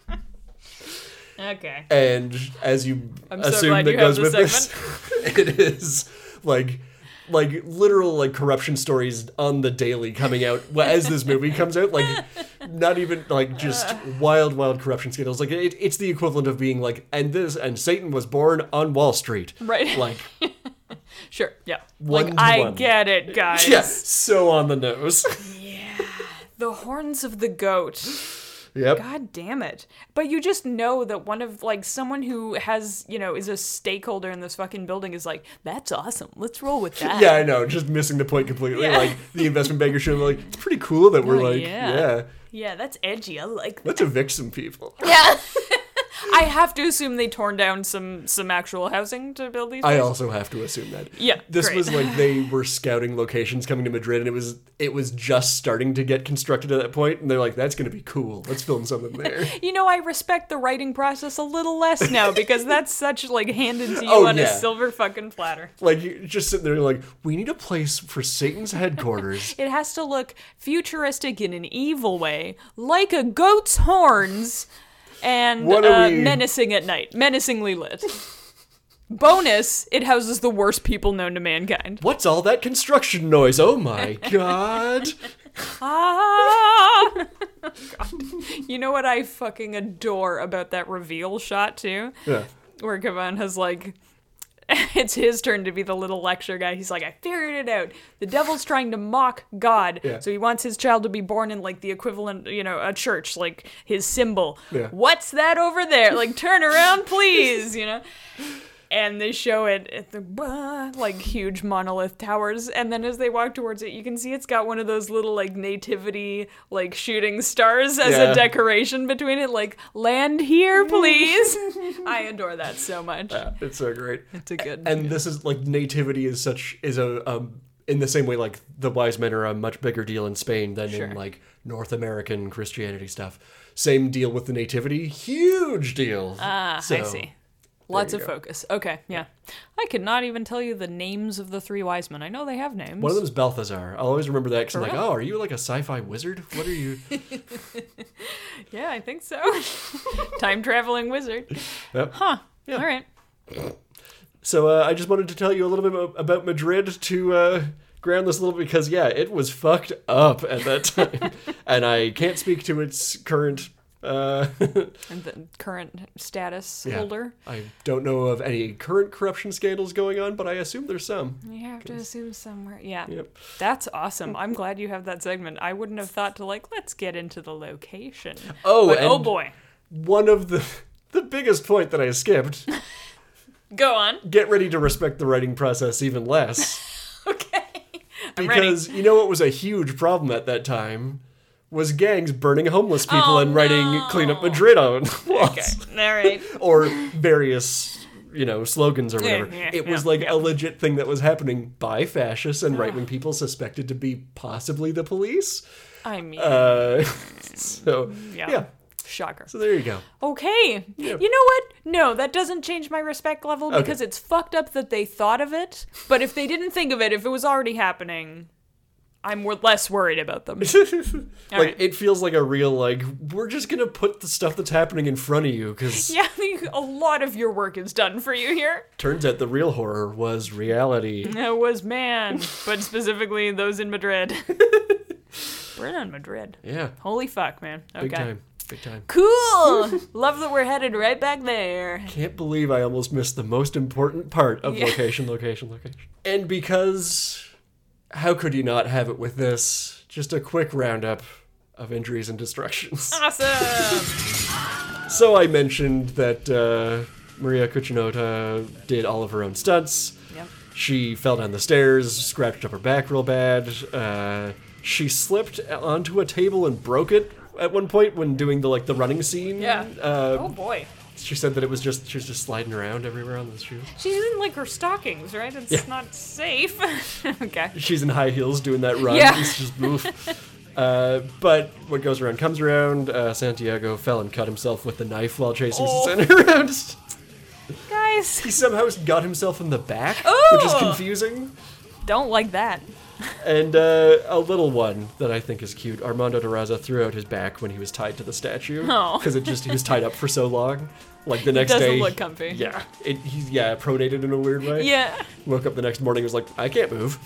[SPEAKER 2] no! okay.
[SPEAKER 1] and as you
[SPEAKER 2] so
[SPEAKER 1] assume
[SPEAKER 2] glad
[SPEAKER 1] that
[SPEAKER 2] you have
[SPEAKER 1] goes
[SPEAKER 2] this
[SPEAKER 1] with this, it is like like literal like corruption stories on the daily coming out well, as this movie comes out. Like not even like just wild wild corruption scandals. Like it, it's the equivalent of being like and this and Satan was born on Wall Street.
[SPEAKER 2] Right.
[SPEAKER 1] Like
[SPEAKER 2] Sure, yeah.
[SPEAKER 1] One
[SPEAKER 2] like,
[SPEAKER 1] to
[SPEAKER 2] I
[SPEAKER 1] one.
[SPEAKER 2] get it, guys.
[SPEAKER 1] yeah, so on the nose.
[SPEAKER 2] The horns of the goat.
[SPEAKER 1] yep.
[SPEAKER 2] God damn it. But you just know that one of like someone who has, you know, is a stakeholder in this fucking building is like, that's awesome. Let's roll with that.
[SPEAKER 1] Yeah, I know. Just missing the point completely.
[SPEAKER 2] Yeah.
[SPEAKER 1] Like the investment banker should be like, it's pretty cool that we're
[SPEAKER 2] Oh,
[SPEAKER 1] like,
[SPEAKER 2] yeah.
[SPEAKER 1] yeah,
[SPEAKER 2] Yeah, that's edgy. I like that.
[SPEAKER 1] let's evict some people.
[SPEAKER 2] Yeah. I have to assume they torn down some some actual housing to build these.
[SPEAKER 1] I
[SPEAKER 2] places.
[SPEAKER 1] also have to assume that.
[SPEAKER 2] Yeah,
[SPEAKER 1] This
[SPEAKER 2] great.
[SPEAKER 1] was like they were scouting locations coming to Madrid and it was it was just starting to get constructed at that point and they're like that's going to be cool. Let's film something there.
[SPEAKER 2] You know, I respect the writing process a little less now because that's such like handed to you
[SPEAKER 1] Oh,
[SPEAKER 2] on a
[SPEAKER 1] yeah.
[SPEAKER 2] silver fucking platter.
[SPEAKER 1] like you just sitting there like we need a place for Satan's headquarters.
[SPEAKER 2] It has to look futuristic in an evil way, like a goat's horns, and
[SPEAKER 1] What are
[SPEAKER 2] uh,
[SPEAKER 1] we-
[SPEAKER 2] menacing at night, menacingly lit. Bonus, it houses the worst people known to mankind.
[SPEAKER 1] What's all that construction noise? Oh my god.
[SPEAKER 2] Ah! God. You know what I fucking adore about that reveal shot, too?
[SPEAKER 1] Yeah.
[SPEAKER 2] where Kavan has like it's his turn to be the little lecture guy. He's like, I figured it out. The devil's trying to mock God,
[SPEAKER 1] Yeah.
[SPEAKER 2] so he wants his child to be born in like the equivalent, you know, a church, like his symbol.
[SPEAKER 1] Yeah.
[SPEAKER 2] What's that over there? Like, turn around, please. You know, and they show it at the bah, like huge monolith towers and then as they walk towards it you can see it's got one of those little like nativity like shooting stars as
[SPEAKER 1] Yeah.
[SPEAKER 2] a decoration between it like land here please i adore that so much
[SPEAKER 1] It's so great.
[SPEAKER 2] it's a good
[SPEAKER 1] and this is like nativity is such is a um in the same way like the wise men are a much bigger deal in Spain than in like North American Christianity stuff. Same deal with the nativity, huge deal. Ah,
[SPEAKER 2] I see. Lots of focus. Okay, yeah. I could not even tell you the names of the three wise men. I know they have names.
[SPEAKER 1] One of them is Balthazar. I'll always remember that because I'm like,
[SPEAKER 2] Correct.
[SPEAKER 1] oh, are you like a sci-fi wizard? What are you?
[SPEAKER 2] Yeah, I think so. Time traveling wizard.
[SPEAKER 1] Yep.
[SPEAKER 2] Huh. All right.
[SPEAKER 1] So uh, I just wanted to tell you a little bit mo- about Madrid to uh, ground this a little because yeah, it was fucked up at that time, and I can't speak to its current. Uh,
[SPEAKER 2] And the current status
[SPEAKER 1] Yeah.
[SPEAKER 2] holder.
[SPEAKER 1] I don't know of any current corruption scandals going on, but I assume there's some.
[SPEAKER 2] You have to assume somewhere. Yeah.
[SPEAKER 1] Yep.
[SPEAKER 2] That's awesome.
[SPEAKER 1] Mm.
[SPEAKER 2] I'm glad you have that segment. I wouldn't have thought to like, let's get into the location.
[SPEAKER 1] Oh,
[SPEAKER 2] but, oh
[SPEAKER 1] and-
[SPEAKER 2] boy.
[SPEAKER 1] One of the the biggest point that I skipped:
[SPEAKER 2] Go on.
[SPEAKER 1] get ready to respect the writing process even less,
[SPEAKER 2] Okay. I'm ready.
[SPEAKER 1] because you know what was a huge problem at that time was gangs burning homeless people and writing
[SPEAKER 2] Oh,
[SPEAKER 1] "Clean Up Madrid" on walls
[SPEAKER 2] All right.
[SPEAKER 1] or various. You know, slogans or whatever.
[SPEAKER 2] yeah,
[SPEAKER 1] it was
[SPEAKER 2] yeah,
[SPEAKER 1] like a legit thing that was happening by fascists and right wing people suspected to be possibly the police.
[SPEAKER 2] I mean,
[SPEAKER 1] Uh, so,
[SPEAKER 2] yeah.
[SPEAKER 1] yeah.
[SPEAKER 2] Shocker.
[SPEAKER 1] So there you go.
[SPEAKER 2] Okay. You know what? No, that doesn't change my respect level because it's fucked up that they thought of it. But if they didn't think of it, if it was already happening, I'm wor- less worried about them.
[SPEAKER 1] like it feels like a real like we're just gonna put the stuff that's happening in front of you because
[SPEAKER 2] yeah, I think a lot of your work is done for you here.
[SPEAKER 1] turns out the real horror was reality.
[SPEAKER 2] It was man, but specifically those in Madrid. we're in Madrid.
[SPEAKER 1] Yeah,
[SPEAKER 2] Holy fuck, man. Okay.
[SPEAKER 1] big time, big time.
[SPEAKER 2] Cool. Love that we're headed right back there.
[SPEAKER 1] Can't believe I almost missed the most important part of location, location, location. And because how could you not have it with this? Just a quick roundup of injuries and destructions.
[SPEAKER 2] Awesome.
[SPEAKER 1] So I mentioned that uh, Maria Cucinotta did all of her own stunts.
[SPEAKER 2] Yep.
[SPEAKER 1] She fell down the stairs, scratched up her back real bad. Uh, she slipped onto a table and broke it at one point when doing the like the running scene.
[SPEAKER 2] Yeah.
[SPEAKER 1] Uh,
[SPEAKER 2] Oh boy.
[SPEAKER 1] She said that it was just she was just sliding around everywhere on the shoes.
[SPEAKER 2] She's in like her stockings, right? It's not safe. okay.
[SPEAKER 1] She's in high heels doing that run.
[SPEAKER 2] Yeah.
[SPEAKER 1] It's just oof. Uh, but what goes around comes around. Uh, Santiago fell and cut himself with the knife while chasing
[SPEAKER 2] Oh.
[SPEAKER 1] Susanna around.
[SPEAKER 2] Guys,
[SPEAKER 1] He somehow got himself in the back, which is
[SPEAKER 2] Oh!
[SPEAKER 1] confusing.
[SPEAKER 2] don't like that.
[SPEAKER 1] And uh, a little one that I think is cute. Armando Duraza threw out his back when he was tied to the statue
[SPEAKER 2] Oh.
[SPEAKER 1] because it just he was tied up for so long. Like the next
[SPEAKER 2] doesn't
[SPEAKER 1] day,
[SPEAKER 2] look comfy.
[SPEAKER 1] Yeah, it, he's yeah pronated in a weird way.
[SPEAKER 2] Yeah.
[SPEAKER 1] woke up the next morning was like I can't move.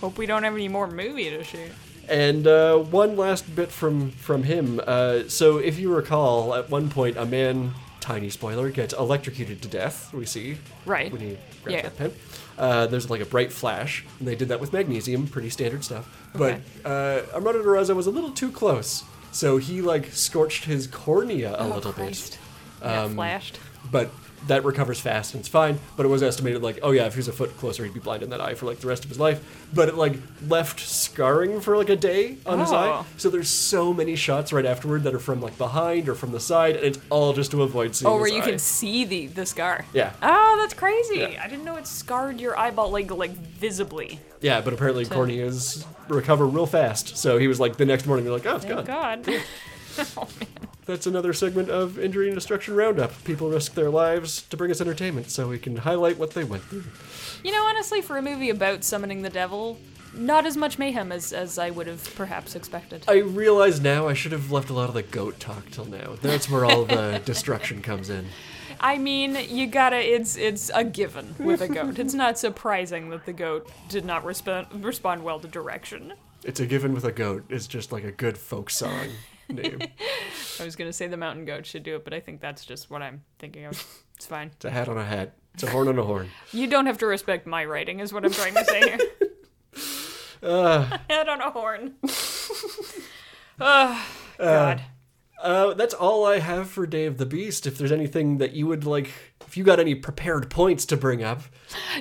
[SPEAKER 2] Hope we don't have any more movie to shoot.
[SPEAKER 1] And uh, one last bit from from him. Uh, so if you recall, at one point a man, tiny spoiler, gets electrocuted to death. We see
[SPEAKER 2] Right.
[SPEAKER 1] when he grabs
[SPEAKER 2] Yeah.
[SPEAKER 1] that pen. Uh, there's like a bright flash, and they did that with magnesium, pretty standard stuff. But uh, Armando de Rosa was a little too close, so he like scorched his cornea a little
[SPEAKER 2] Oh, Christ.
[SPEAKER 1] bit. Um,
[SPEAKER 2] Yeah, flashed.
[SPEAKER 1] But that recovers fast and it's fine. But it was estimated like, oh yeah, if he was a foot closer, he'd be blind in that eye for like the rest of his life. But it like left scarring for like a day on his
[SPEAKER 2] Oh.
[SPEAKER 1] eye. So there's so many shots right afterward that are from like behind or from the side, and it's all just to avoid seeing.
[SPEAKER 2] Oh, where
[SPEAKER 1] his
[SPEAKER 2] you
[SPEAKER 1] eye.
[SPEAKER 2] can see the the scar.
[SPEAKER 1] Yeah.
[SPEAKER 2] Oh, that's crazy.
[SPEAKER 1] Yeah.
[SPEAKER 2] I didn't know it scarred your eyeball like like visibly.
[SPEAKER 1] Yeah, but apparently corneas recover real fast. So he was like the next morning, they're like, oh, it's gone.
[SPEAKER 2] Thank God.
[SPEAKER 1] That's another segment of injury and destruction roundup. People risk their lives to bring us entertainment, so we can highlight what they went through.
[SPEAKER 2] you know, honestly, for a movie about summoning the devil, not as much mayhem as as I would have perhaps expected.
[SPEAKER 1] I realize now I should have left a lot of the goat talk till now. That's where all the destruction comes in.
[SPEAKER 2] I mean, you gotta. It's it's a given with a goat. it's not surprising that the goat did not respond respond well to direction.
[SPEAKER 1] It's a given with a goat. It's just like a good folk song name.
[SPEAKER 2] I was gonna say the mountain goat should do it, but I think that's just what I'm thinking of. It's fine.
[SPEAKER 1] It's a hat on a hat. It's a horn on a horn.
[SPEAKER 2] You don't have to respect my writing, is what I'm trying to say here. Head on a horn. Ugh God.
[SPEAKER 1] Uh, that's all I have for Dave the Beast. If there's anything that you would like, if you got any prepared points to bring up,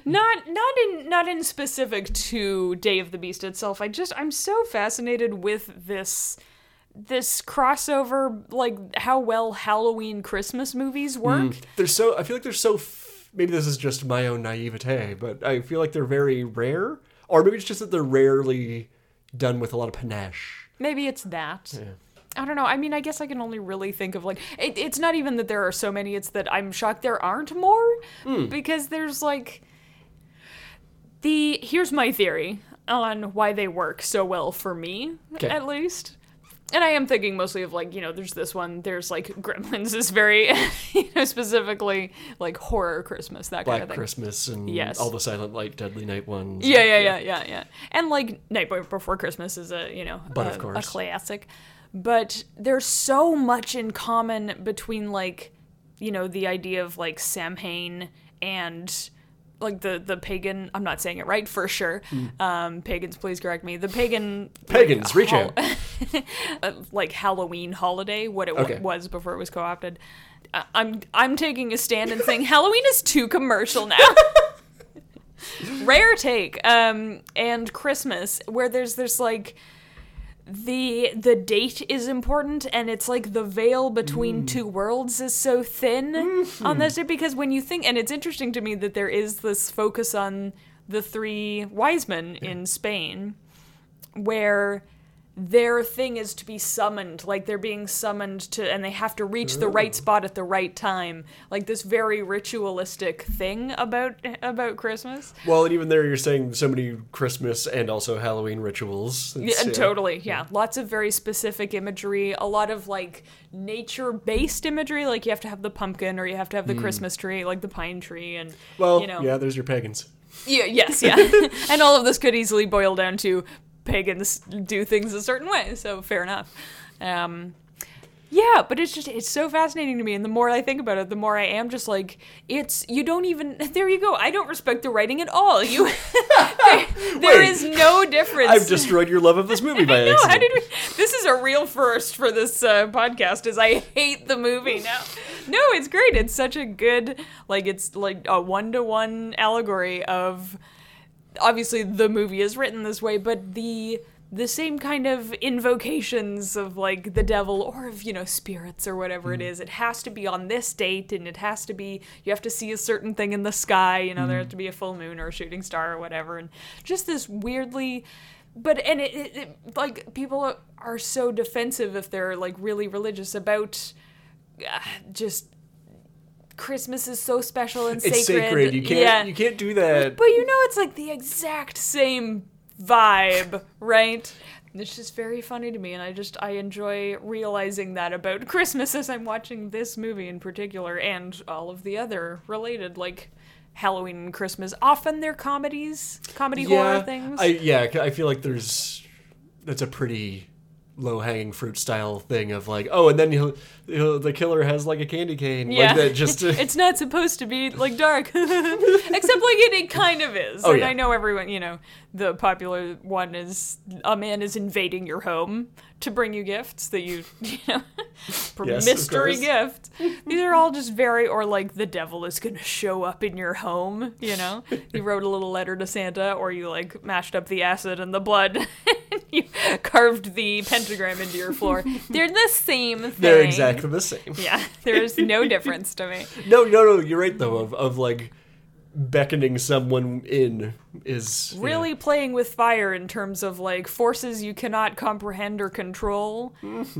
[SPEAKER 2] Not not in not in specific to Day of the Beast itself. I just I'm so fascinated with this this crossover like how well Halloween Christmas movies work.
[SPEAKER 1] there's so I feel like there's so f- maybe this is just my own naivete, but I feel like they're very rare, or maybe it's just that they're rarely done with a lot of panache.
[SPEAKER 2] Maybe it's that. I don't know. I mean, I guess I can only really think of like it, it's not even that there are so many. It's that I'm shocked there aren't more
[SPEAKER 1] Hmm.
[SPEAKER 2] because there's like the here's my theory on why they work so well for me
[SPEAKER 1] Okay.
[SPEAKER 2] at least. And I am thinking mostly of like you know there's this one there's like Gremlins is very you know specifically like horror Christmas that kind
[SPEAKER 1] Black
[SPEAKER 2] of thing.
[SPEAKER 1] Christmas and
[SPEAKER 2] Yes.
[SPEAKER 1] all the Silent Light, Deadly Night ones.
[SPEAKER 2] Yeah, yeah, yeah, yeah, yeah. And like Night Boy Before Christmas is a you know
[SPEAKER 1] But
[SPEAKER 2] a,
[SPEAKER 1] of course.
[SPEAKER 2] a classic. But there's so much in common between like you know the idea of like Samhain and like the the pagan. I'm not saying it right for sure. Um, pagans, please correct me. The pagan
[SPEAKER 1] Mm. Pagans, reach
[SPEAKER 2] hol-
[SPEAKER 1] out.
[SPEAKER 2] like Halloween holiday, what it wa-
[SPEAKER 1] Okay.
[SPEAKER 2] was before it was co-opted. I- I'm I'm taking a stand and saying Halloween is too commercial now. Rare take. Um, and Christmas, where there's this like the the date is important and it's like the veil between two worlds is so thin on this day because when you think and it's interesting to me that there is this focus on the three wise men in Spain where their thing is to be summoned like they're being summoned to and they have to reach the right spot at the right time like this very ritualistic thing about about christmas
[SPEAKER 1] Well, and even there, you're saying so many Christmas and also Halloween rituals.
[SPEAKER 2] yeah,
[SPEAKER 1] It's, uh,
[SPEAKER 2] totally yeah lots of very specific imagery a lot of like nature based imagery like you have to have the pumpkin or you have to have the christmas tree like the pine tree and
[SPEAKER 1] Well,
[SPEAKER 2] you know
[SPEAKER 1] yeah, there's your pagans.
[SPEAKER 2] Yeah, yes, yeah. and all of this could easily boil down to pagans do things a certain way, so fair enough. Um, yeah, but it's just it's so fascinating to me and the more I think about it, the more I am just like it's you don't even there you go. I don't respect the writing at all. You there, there
[SPEAKER 1] Wait.
[SPEAKER 2] is no difference.
[SPEAKER 1] I've destroyed your love of this movie by
[SPEAKER 2] no,
[SPEAKER 1] accident.
[SPEAKER 2] how did we, this is a real first for this uh, podcast is I hate the movie now. No, it's great. It's such a good like it's like a one-to-one allegory of obviously the movie is written this way, but the the same kind of invocations of like the devil or of you know spirits or whatever it is it has to be on this date and it has to be you have to see a certain thing in the sky you know there has to be a full moon or a shooting star or whatever and just this weirdly but and it, it, it like people are so defensive if they're like really religious about uh, just christmas is so special and
[SPEAKER 1] It's sacred. You can't.
[SPEAKER 2] Yeah.
[SPEAKER 1] You can't do that.
[SPEAKER 2] But you know, it's like the exact same vibe, right? It's just very funny to me, and I just I enjoy realizing that about Christmas as I'm watching this movie in particular, and all of the other related like Halloween and Christmas. Often they're comedies, comedy horror things.
[SPEAKER 1] I, yeah, I feel like there's that's a pretty low hanging fruit style thing of like, oh, and then he'll, he'll, the killer has like a candy cane, like that. Just uh,
[SPEAKER 2] it's not supposed to be like dark, except like it, it kind of is.
[SPEAKER 1] Oh,
[SPEAKER 2] and
[SPEAKER 1] yeah.
[SPEAKER 2] I know everyone, you know, the popular one is a man is invading your home to bring you gifts that you, you know, for
[SPEAKER 1] Yes, of
[SPEAKER 2] mystery
[SPEAKER 1] course.
[SPEAKER 2] gift. These are all just very, or like the devil is gonna show up in your home. You know, you wrote a little letter to Santa, or you like mashed up the acid and the blood. and You carved the pentagram into your floor. They're the same thing.
[SPEAKER 1] they're exactly the same.
[SPEAKER 2] Yeah, there is no difference to me.
[SPEAKER 1] No, no, no. You're right though. Of of like beckoning someone in is yeah.
[SPEAKER 2] Really playing with fire in terms of like forces you cannot comprehend or control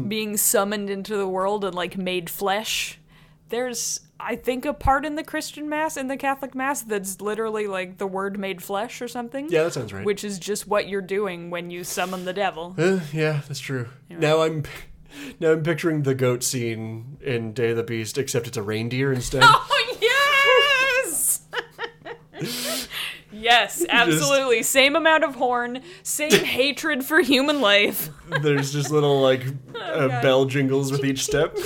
[SPEAKER 2] being summoned into the world and like made flesh. There's, I think, a part in the Christian Mass, in the Catholic Mass, that's literally like the word made flesh or something.
[SPEAKER 1] Yeah, that sounds right.
[SPEAKER 2] Which is just what you're doing when you summon the devil.
[SPEAKER 1] Uh, yeah, that's true. Now I'm now I'm picturing the goat scene in Day of the Beast, except it's a reindeer instead.
[SPEAKER 2] Oh, yes! yes, absolutely. Same amount of horn, same hatred for human life.
[SPEAKER 1] There's just little like uh,
[SPEAKER 2] Oh, God.
[SPEAKER 1] bell jingles with each step.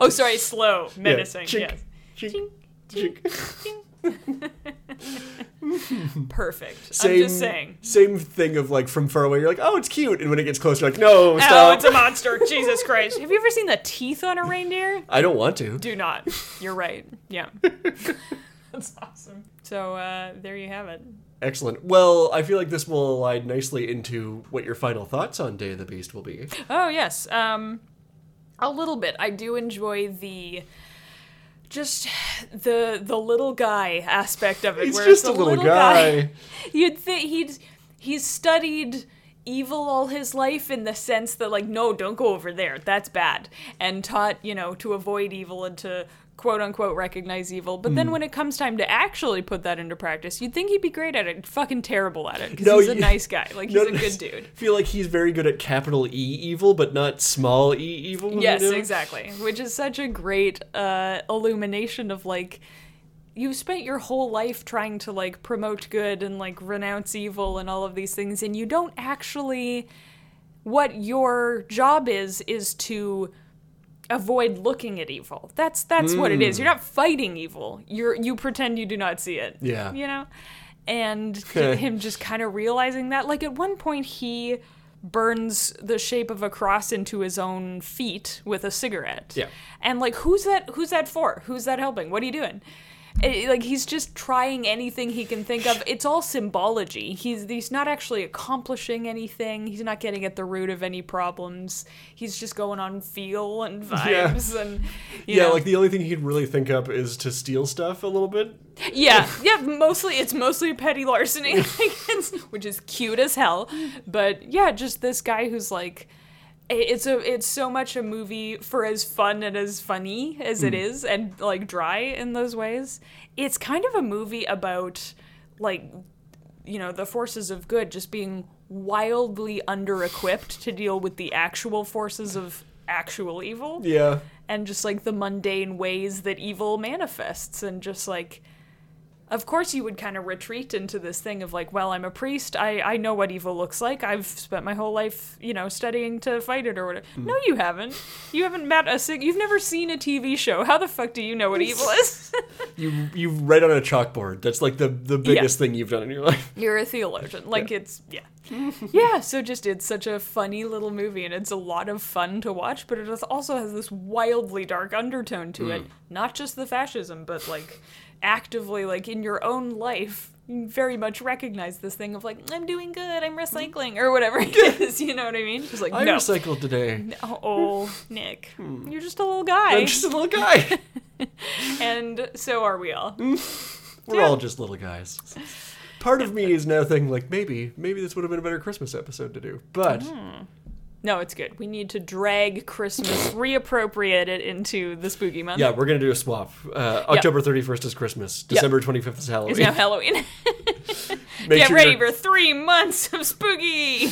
[SPEAKER 2] Oh, sorry, slow,
[SPEAKER 1] Yeah.
[SPEAKER 2] menacing.
[SPEAKER 1] Chink,
[SPEAKER 2] Yes.
[SPEAKER 1] chink, chink.
[SPEAKER 2] Perfect.
[SPEAKER 1] Same,
[SPEAKER 2] I'm just saying.
[SPEAKER 1] Same thing of like from far away, you're like, oh, it's cute, and when it gets closer, you're like, no,
[SPEAKER 2] Oh,
[SPEAKER 1] stop.
[SPEAKER 2] it's a monster. Jesus Christ. Have you ever seen the teeth on a reindeer?
[SPEAKER 1] I don't want to.
[SPEAKER 2] Do not. You're right. Yeah. That's awesome. So uh, there you have it.
[SPEAKER 1] Excellent. Well, I feel like this will align nicely into what your final thoughts on Day of the Beast will be.
[SPEAKER 2] Oh yes. Um, a little bit. I do enjoy the just the the little guy aspect of it.
[SPEAKER 1] He's
[SPEAKER 2] where
[SPEAKER 1] just
[SPEAKER 2] it's
[SPEAKER 1] a little guy.
[SPEAKER 2] You'd think he'd he's studied evil all his life in the sense that like no don't go over there that's bad and taught you know to avoid evil and to quote unquote recognize evil but
[SPEAKER 1] Hmm.
[SPEAKER 2] then when it comes time to actually put that into practice you'd think he'd be great at it fucking terrible at it because he's a
[SPEAKER 1] you-
[SPEAKER 2] nice guy like he's
[SPEAKER 1] No,
[SPEAKER 2] a
[SPEAKER 1] no,
[SPEAKER 2] good dude
[SPEAKER 1] Feel like he's very good at capital E evil, but not small E evil. you
[SPEAKER 2] Yes,
[SPEAKER 1] know?
[SPEAKER 2] exactly. Which is such a great uh, illumination of like you've spent your whole life trying to like promote good and like renounce evil and all of these things, and you don't actually. What your job is is to avoid looking at evil. That's that's what it is. You're not fighting evil. You're you pretend you do not see it.
[SPEAKER 1] Yeah.
[SPEAKER 2] You know? And him just kind of realizing that like at one point he burns the shape of a cross into his own feet with a cigarette.
[SPEAKER 1] Yeah.
[SPEAKER 2] And like who's that who's that for? Who's that helping? What are you doing? Eh, like he's just trying anything he can think of. It's all symbology. He's he's not actually accomplishing anything. He's not getting at the root of any problems. He's just going on feel and
[SPEAKER 1] Yeah.
[SPEAKER 2] vibes and you
[SPEAKER 1] Yeah,
[SPEAKER 2] know.
[SPEAKER 1] like the only thing he'd really think up is to steal stuff a little bit.
[SPEAKER 2] yeah yeah mostly it's mostly petty larceny like, it's- which is cute as hell but yeah just this guy who's like i- it's a it's so much a movie for as fun and as funny as it is and like dry in those ways it's kind of a movie about like you know the forces of good just being wildly under equipped to deal with the actual forces of actual evil
[SPEAKER 1] Yeah.
[SPEAKER 2] and just like the mundane ways that evil manifests and just like of course you would kind of retreat into this thing of like well i'm a priest i i know what evil looks like i've spent my whole life you know studying to fight it or whatever no you haven't you haven't met a sing- you've never seen a tv show how the fuck do you know what evil is
[SPEAKER 1] You you write on a chalkboard. That's like the the biggest thing you've done in your life.
[SPEAKER 2] you're a theologian. Like it's yeah. yeah, so just it's such a funny little movie and it's a lot of fun to watch, but it is- also has this wildly dark undertone to
[SPEAKER 1] Mm.
[SPEAKER 2] it. Not just the fascism, but like actively like in your own life you very much recognize this thing of like I'm doing good, I'm recycling or whatever it is, you know what I mean? Just like
[SPEAKER 1] I
[SPEAKER 2] no.
[SPEAKER 1] recycled today.
[SPEAKER 2] Oh, oh, Nick. You're just a little guy.
[SPEAKER 1] I'm just a little guy.
[SPEAKER 2] and so are we all.
[SPEAKER 1] We're all just little guys. Part of me is now thinking like maybe maybe this would have been a better Christmas episode to do, but
[SPEAKER 2] Mm. No, it's good. We need to drag Christmas, reappropriate it into the spooky month.
[SPEAKER 1] yeah, we're gonna do a swap. Uh, October 31st is Christmas. December 25th is Halloween.
[SPEAKER 2] It's now Halloween.
[SPEAKER 1] Make
[SPEAKER 2] Get
[SPEAKER 1] sure
[SPEAKER 2] ready
[SPEAKER 1] you're-
[SPEAKER 2] for three months of spooky.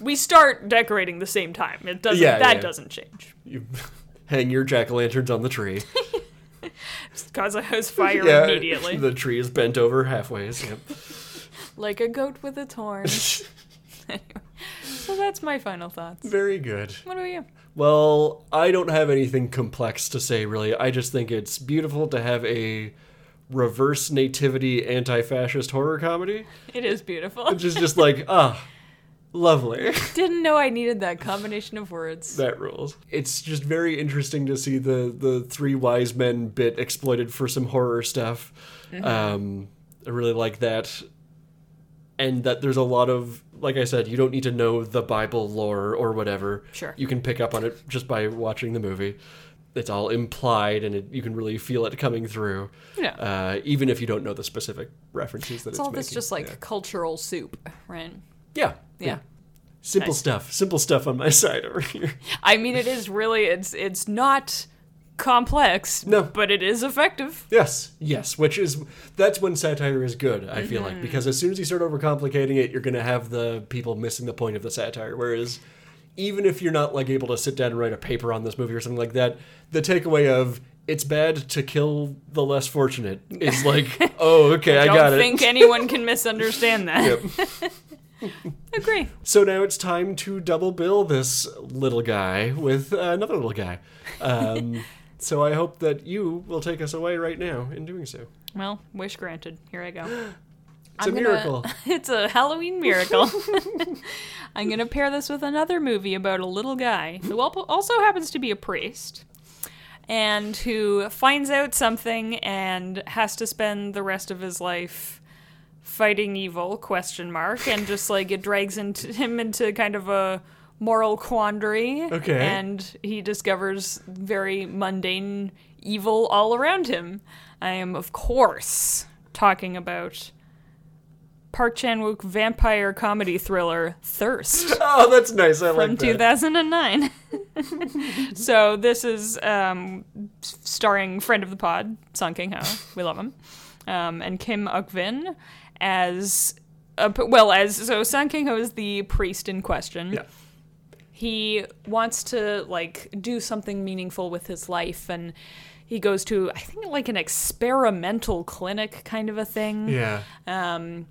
[SPEAKER 2] we start decorating the same time. It doesn't.
[SPEAKER 1] Yeah,
[SPEAKER 2] that
[SPEAKER 1] yeah.
[SPEAKER 2] doesn't change.
[SPEAKER 1] you hang your jack o' lanterns on the tree.
[SPEAKER 2] Cause a house fire immediately,
[SPEAKER 1] The tree is bent over halfway. so- Yep.
[SPEAKER 2] like a goat with its horn. so that's my final thoughts.
[SPEAKER 1] Very good.
[SPEAKER 2] What about you?
[SPEAKER 1] Well, I don't have anything complex to say really. I just think it's beautiful to have a reverse nativity anti-fascist horror comedy.
[SPEAKER 2] It is beautiful.
[SPEAKER 1] Which is just like, ah, lovely.
[SPEAKER 2] Didn't know I needed that combination of words.
[SPEAKER 1] that rules. It's just very interesting to see the the three wise men bit exploited for some horror stuff.
[SPEAKER 2] Mm-hmm.
[SPEAKER 1] Um, I really like that, and that there's a lot of like I said, you don't need to know the Bible lore or whatever.
[SPEAKER 2] Sure.
[SPEAKER 1] you can pick up on it just by watching the movie. It's all implied, and it, you can really feel it coming through.
[SPEAKER 2] Yeah.
[SPEAKER 1] Uh, even if you don't know the specific references that it's,
[SPEAKER 2] It's all this
[SPEAKER 1] making.
[SPEAKER 2] just like cultural soup, right?
[SPEAKER 1] yeah, yeah.
[SPEAKER 2] Yeah.
[SPEAKER 1] Simple stuff. Simple stuff on my side over here.
[SPEAKER 2] I mean, it is really. It's it's not complex.
[SPEAKER 1] No.
[SPEAKER 2] but it is effective.
[SPEAKER 1] Yes, yes, which is that's when satire is good. I feel
[SPEAKER 2] Mm-hmm.
[SPEAKER 1] like because as soon as you start overcomplicating it, you're going to have the people missing the point of the satire. Whereas, even if you're not like able to sit down and write a paper on this movie or something like that, the takeaway of it's bad to kill the less fortunate is like, oh, okay, I
[SPEAKER 2] don't
[SPEAKER 1] got
[SPEAKER 2] think
[SPEAKER 1] it.
[SPEAKER 2] anyone can misunderstand that. Agree.
[SPEAKER 1] So now it's time to double bill this little guy with uh, another little guy. Um, so I hope that you will take us away right now in doing so.
[SPEAKER 2] Well, wish granted. Here I go.
[SPEAKER 1] It's a
[SPEAKER 2] gonna-
[SPEAKER 1] miracle.
[SPEAKER 2] It's a Halloween miracle. I'm going to pair this with another movie about a little guy who al- also happens to be a priest and who finds out something and has to spend the rest of his life fighting evil question mark and just like it drags into him into kind of a moral quandary
[SPEAKER 1] Okay.
[SPEAKER 2] and he discovers very mundane evil all around him i am of course talking about Park Chan Wook vampire comedy thriller Thirst
[SPEAKER 1] Oh, that's nice. I like
[SPEAKER 2] from
[SPEAKER 1] that.
[SPEAKER 2] 2009. so this is um, s- starring friend of the pod Song Kang Ho, we love him, um, and Kim Uk Vin as a p well as so Song Kang Ho is the priest in question
[SPEAKER 1] Yeah.
[SPEAKER 2] he wants to like do something meaningful with his life and he goes to i think like an experimental clinic kind of a thing
[SPEAKER 1] Yeah.
[SPEAKER 2] um,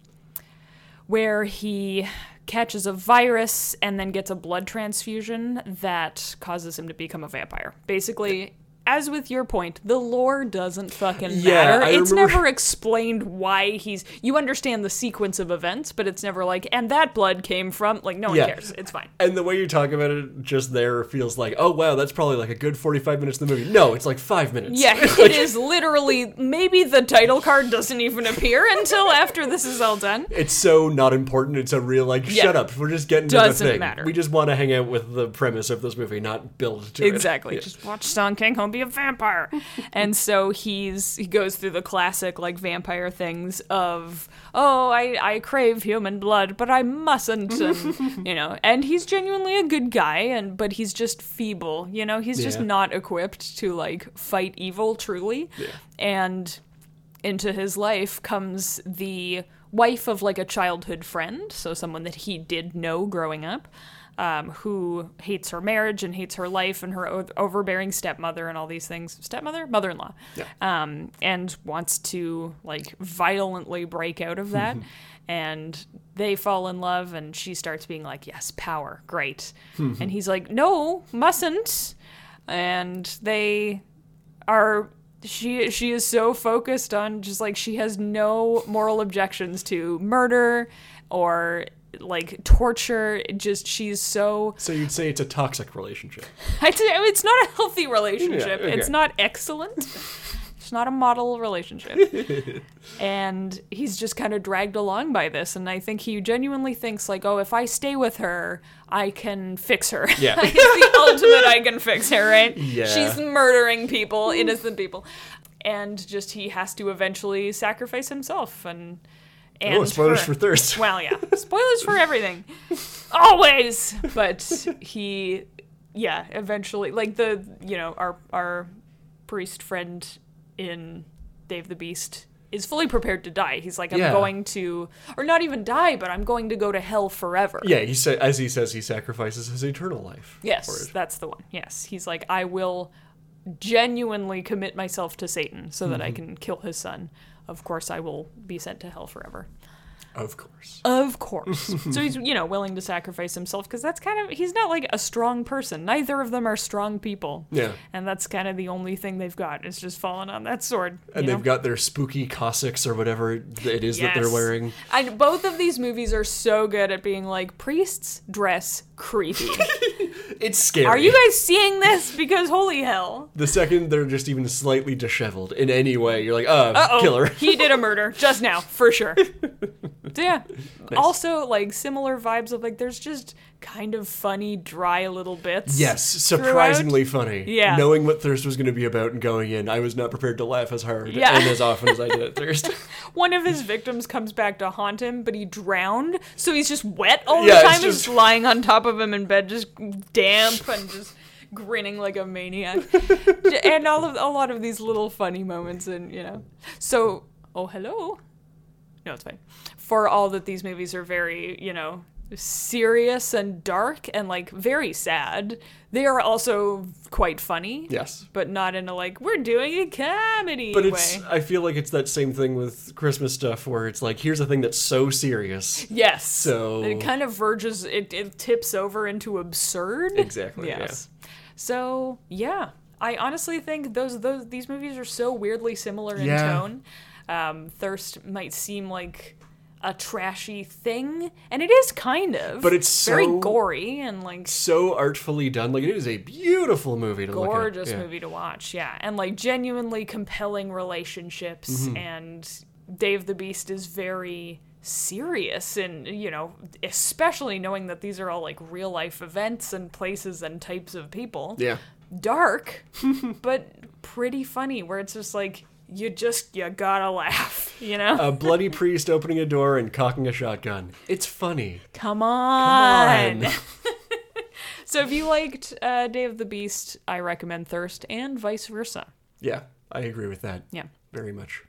[SPEAKER 2] where he catches a virus and then gets a blood transfusion that causes him to become a vampire. Basically, as with your point, the lore doesn't fucking
[SPEAKER 1] Yeah,
[SPEAKER 2] matter.
[SPEAKER 1] I
[SPEAKER 2] it's
[SPEAKER 1] remember-
[SPEAKER 2] never explained why he's. You understand the sequence of events, but it's never like, and that blood came from. Like, no one
[SPEAKER 1] Yeah.
[SPEAKER 2] cares. It's fine.
[SPEAKER 1] And the way you talk about it just there feels like, oh, wow, that's probably like a good 45 minutes of the movie. No, it's like five minutes.
[SPEAKER 2] Yeah, it is literally. Maybe the title card doesn't even appear until after this is all done.
[SPEAKER 1] It's so not important. It's a real, like,
[SPEAKER 2] Yeah.
[SPEAKER 1] shut up. We're just getting to the
[SPEAKER 2] Doesn't
[SPEAKER 1] thing.
[SPEAKER 2] matter.
[SPEAKER 1] We just want to hang out with the premise of this movie, not build to it.
[SPEAKER 2] Exactly.
[SPEAKER 1] Yeah.
[SPEAKER 2] Just watch Song Kang Ho be a vampire. and so he's he goes through the classic like vampire things of oh I I crave human blood but I mustn't and, you know and he's genuinely a good guy and but he's just feeble you know he's just
[SPEAKER 1] Yeah.
[SPEAKER 2] not equipped to like fight evil truly and into his life comes the wife of like a childhood friend, so someone that he did know growing up, um, who hates her marriage and hates her life and her o- overbearing stepmother and all these things. Stepmother, mother-in-law,
[SPEAKER 1] Yeah.
[SPEAKER 2] um, and wants to like violently break out of that. and they fall in love, and she starts being like, "Yes, power, great," and he's like, "No, mustn't." And they are she she is so focused on just like she has no moral objections to murder or like torture It just she's so
[SPEAKER 1] So you'd say it's a toxic relationship.
[SPEAKER 2] I'd say it's not a healthy relationship
[SPEAKER 1] Yeah, okay.
[SPEAKER 2] it's not excellent it's not a model relationship and he's just kind of dragged along by this and i think he genuinely thinks like oh if i stay with her i can fix her
[SPEAKER 1] Yeah.
[SPEAKER 2] it's the ultimate i can fix her right
[SPEAKER 1] Yeah.
[SPEAKER 2] she's murdering people, innocent people, and just he has to eventually sacrifice himself and and
[SPEAKER 1] oh, spoilers for
[SPEAKER 2] her.
[SPEAKER 1] thirst.
[SPEAKER 2] Well, yeah, spoilers for everything, always. But he, yeah, eventually, like the you know our our priest friend in Dave the Beast is fully prepared to die. He's like, I'm
[SPEAKER 1] Yeah.
[SPEAKER 2] going to, or not even die, but I'm going to go to hell forever.
[SPEAKER 1] yeah, he sa- as he says, he sacrifices his eternal life. for
[SPEAKER 2] Yes,
[SPEAKER 1] it.
[SPEAKER 2] that's the one. Yes, he's like, I will genuinely commit myself to Satan so that I
[SPEAKER 1] Mm-hmm.
[SPEAKER 2] can kill his son. Of course, I will be sent to hell forever.
[SPEAKER 1] Of course.
[SPEAKER 2] Of course. so he's, you know, willing to sacrifice himself because that's kind of, he's not like a strong person. Neither of them are strong people.
[SPEAKER 1] Yeah.
[SPEAKER 2] And that's kind of the only thing they've got is just falling on that sword.
[SPEAKER 1] And
[SPEAKER 2] you
[SPEAKER 1] they've
[SPEAKER 2] know?
[SPEAKER 1] got their spooky Cossacks or whatever it is that they're
[SPEAKER 2] Yes.
[SPEAKER 1] wearing.
[SPEAKER 2] And both of these movies are so good at being like, priests dress creepy.
[SPEAKER 1] It's scary.
[SPEAKER 2] are you guys seeing this? Because holy hell.
[SPEAKER 1] The second they're just even slightly disheveled in any way, you're like, oh,
[SPEAKER 2] Uh-oh,
[SPEAKER 1] killer.
[SPEAKER 2] he did a murder just now, for sure. So, yeah. Also, like similar vibes of like there's just kind of funny, dry little bits.
[SPEAKER 1] Yes, surprisingly funny.
[SPEAKER 2] Yeah.
[SPEAKER 1] Knowing what Thirst was going to be about and going in, I was not prepared to laugh as hard
[SPEAKER 2] Yeah.
[SPEAKER 1] and as often as I did at Thirst.
[SPEAKER 2] One of his victims comes back to haunt him, but he drowned, so he's just wet all
[SPEAKER 1] Yeah,
[SPEAKER 2] the
[SPEAKER 1] it's
[SPEAKER 2] time. He's
[SPEAKER 1] just-
[SPEAKER 2] lying on top of him in bed, just damp and just grinning like a maniac. D- and all of a lot of these little funny moments, and you know, so oh hello. No, it's fine. For all that these movies are very, you know, serious and dark and like very sad, they are also quite funny.
[SPEAKER 1] yes.
[SPEAKER 2] But not in a like we're doing a comedy
[SPEAKER 1] But
[SPEAKER 2] way.
[SPEAKER 1] it's, I feel like it's that same thing with Christmas stuff where it's like, here's a thing that's so serious.
[SPEAKER 2] Yes.
[SPEAKER 1] So-
[SPEAKER 2] it kind of verges. It, it tips over into absurd.
[SPEAKER 1] Exactly, yeah.
[SPEAKER 2] Yes. So yeah, I honestly think those those these movies are so weirdly similar in
[SPEAKER 1] Yeah.
[SPEAKER 2] tone. um, thirst might seem like a trashy thing, and it is kind of.
[SPEAKER 1] But it's
[SPEAKER 2] very
[SPEAKER 1] so-
[SPEAKER 2] gory and like
[SPEAKER 1] so artfully done. Like it is a beautiful movie to look
[SPEAKER 2] gorgeous
[SPEAKER 1] at. Yeah.
[SPEAKER 2] movie to watch. Yeah, and like genuinely compelling relationships. And Dave the Beast is very serious, and you know, especially knowing that these are all like real life events and places and types of people.
[SPEAKER 1] Yeah.
[SPEAKER 2] dark, but pretty funny. Where it's just like you just you gotta laugh. You know,
[SPEAKER 1] A bloody priest opening a door and cocking a shotgun. It's funny.
[SPEAKER 2] come on. So if you liked uh, Day of the Beast, I recommend Thirst, and vice versa.
[SPEAKER 1] yeah, I agree with that.
[SPEAKER 2] Yeah.
[SPEAKER 1] Very much.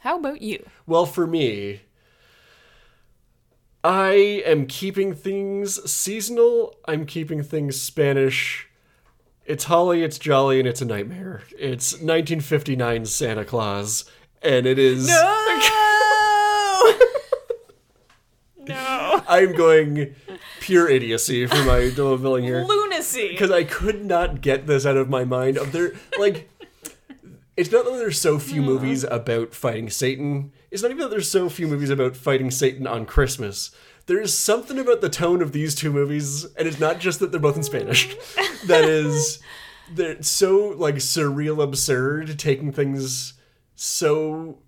[SPEAKER 2] How about you?
[SPEAKER 1] Well, for me, I am keeping things seasonal. I'm keeping things Spanish. It's holly, it's jolly, and it's a nightmare. It's 1959 Santa Claus, and it is.
[SPEAKER 2] no.
[SPEAKER 1] I'm going pure idiocy for my double billing here.
[SPEAKER 2] Lunacy.
[SPEAKER 1] because I could not get this out of my mind. Of there, like, it's not that there's so few movies about fighting Satan. It's not even that there's so few movies about fighting Satan on Christmas. There is something about the tone of these two movies, and it's not just that they're both in Spanish. that is, they're so like surreal, absurd, taking things so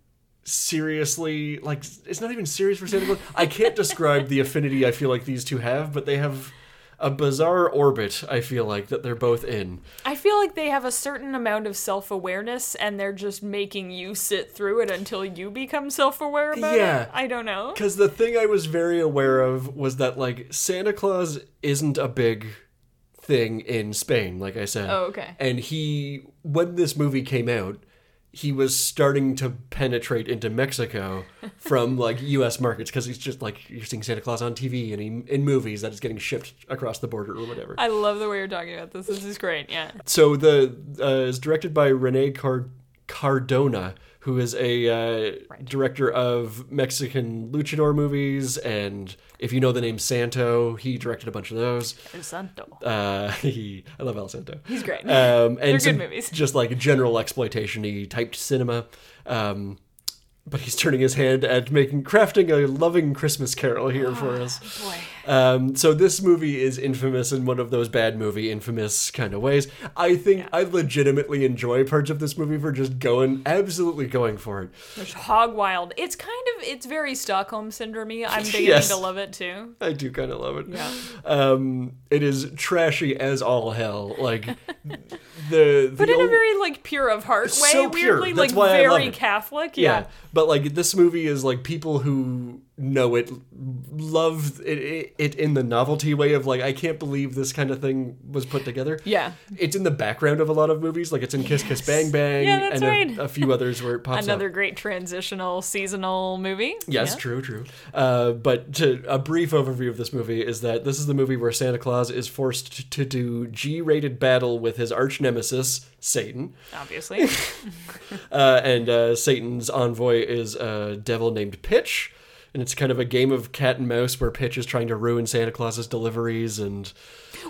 [SPEAKER 1] seriously like it's not even serious for Santa Claus. I can't describe the affinity I feel like these two have, but they have a bizarre orbit I feel like that they're both in.
[SPEAKER 2] I feel like they have a certain amount of self awareness and they're just making you sit through it until you become self aware about
[SPEAKER 1] Yeah.
[SPEAKER 2] it. I don't know.
[SPEAKER 1] Cuz the thing I was very aware of was that like Santa Claus isn't a big thing in Spain, like I said.
[SPEAKER 2] Oh, okay.
[SPEAKER 1] And he when this movie came out, he was starting to penetrate into Mexico from like U.S. markets because he's just like you're seeing Santa Claus on TV and he, in movies that is getting shipped across the border or whatever.
[SPEAKER 2] I love the way you're talking about this. This is great. Yeah.
[SPEAKER 1] So the uh, is directed by Rene Car- Cardona, who is a uh, director of Mexican luchador movies, and if you know the name Santo, he directed a bunch of those.
[SPEAKER 2] Santo.
[SPEAKER 1] Uh, he, I love El Santo.
[SPEAKER 2] He's great.
[SPEAKER 1] Um, and
[SPEAKER 2] good
[SPEAKER 1] some
[SPEAKER 2] movies.
[SPEAKER 1] Just like general exploitation y typed cinema. Um, but he's turning his hand at making crafting a loving Christmas carol here
[SPEAKER 2] Ah,
[SPEAKER 1] for us.
[SPEAKER 2] Boy.
[SPEAKER 1] Um, so this movie is infamous in one of those bad movie infamous kind of ways. I think I legitimately enjoy parts of this movie for just going absolutely going for it.
[SPEAKER 2] There's hog wild. It's kind of, it's very Stockholm syndrome I'm beginning
[SPEAKER 1] Yes.
[SPEAKER 2] to love it too.
[SPEAKER 1] I do kind of love it. Um, it is trashy as all hell. Like the, the
[SPEAKER 2] But in a
[SPEAKER 1] ol-
[SPEAKER 2] very like pure of heart way,
[SPEAKER 1] so pure.
[SPEAKER 2] weirdly
[SPEAKER 1] That's
[SPEAKER 2] like
[SPEAKER 1] why I
[SPEAKER 2] very
[SPEAKER 1] love it.
[SPEAKER 2] Catholic.
[SPEAKER 1] yeah.
[SPEAKER 2] yeah.
[SPEAKER 1] but like this movie is like people who know it love it, it, it in the novelty way of like i can't believe this kind of thing was put together
[SPEAKER 2] Yeah.
[SPEAKER 1] it's in the background of a lot of movies like it's in kiss kiss bang bang
[SPEAKER 2] Yeah, that's
[SPEAKER 1] and a,
[SPEAKER 2] right.
[SPEAKER 1] a few others where it pops
[SPEAKER 2] Another
[SPEAKER 1] up
[SPEAKER 2] great transitional seasonal movie.
[SPEAKER 1] Yes,
[SPEAKER 2] Yeah.
[SPEAKER 1] true, true. Uh, but to, a brief overview of this movie is that this is the movie where Santa Claus is forced to, to do G-rated battle with his arch nemesis Satan,
[SPEAKER 2] Obviously.
[SPEAKER 1] uh, and uh, Satan's envoy is a devil named Pitch, and it's kind of a game of cat and mouse where Pitch is trying to ruin Santa Claus's deliveries, and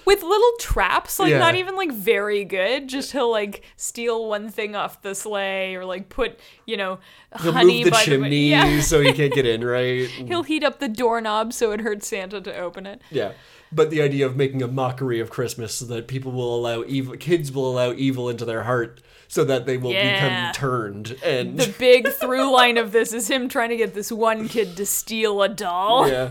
[SPEAKER 2] with little traps like
[SPEAKER 1] Yeah.
[SPEAKER 2] not even like very good just he'll like steal one thing off the sleigh or like put you know
[SPEAKER 1] he'll
[SPEAKER 2] honey
[SPEAKER 1] move the
[SPEAKER 2] by
[SPEAKER 1] chimney
[SPEAKER 2] the way. yeah
[SPEAKER 1] so he can't get in, right? And-
[SPEAKER 2] he'll heat up the doorknob so it hurts santa to open it
[SPEAKER 1] yeah. But the idea of making a mockery of Christmas so that people will allow evil, kids will allow evil into their heart, so that they will become
[SPEAKER 2] Yeah.
[SPEAKER 1] turned and.
[SPEAKER 2] the big through line of this is him trying to get this one kid to steal a doll
[SPEAKER 1] yeah,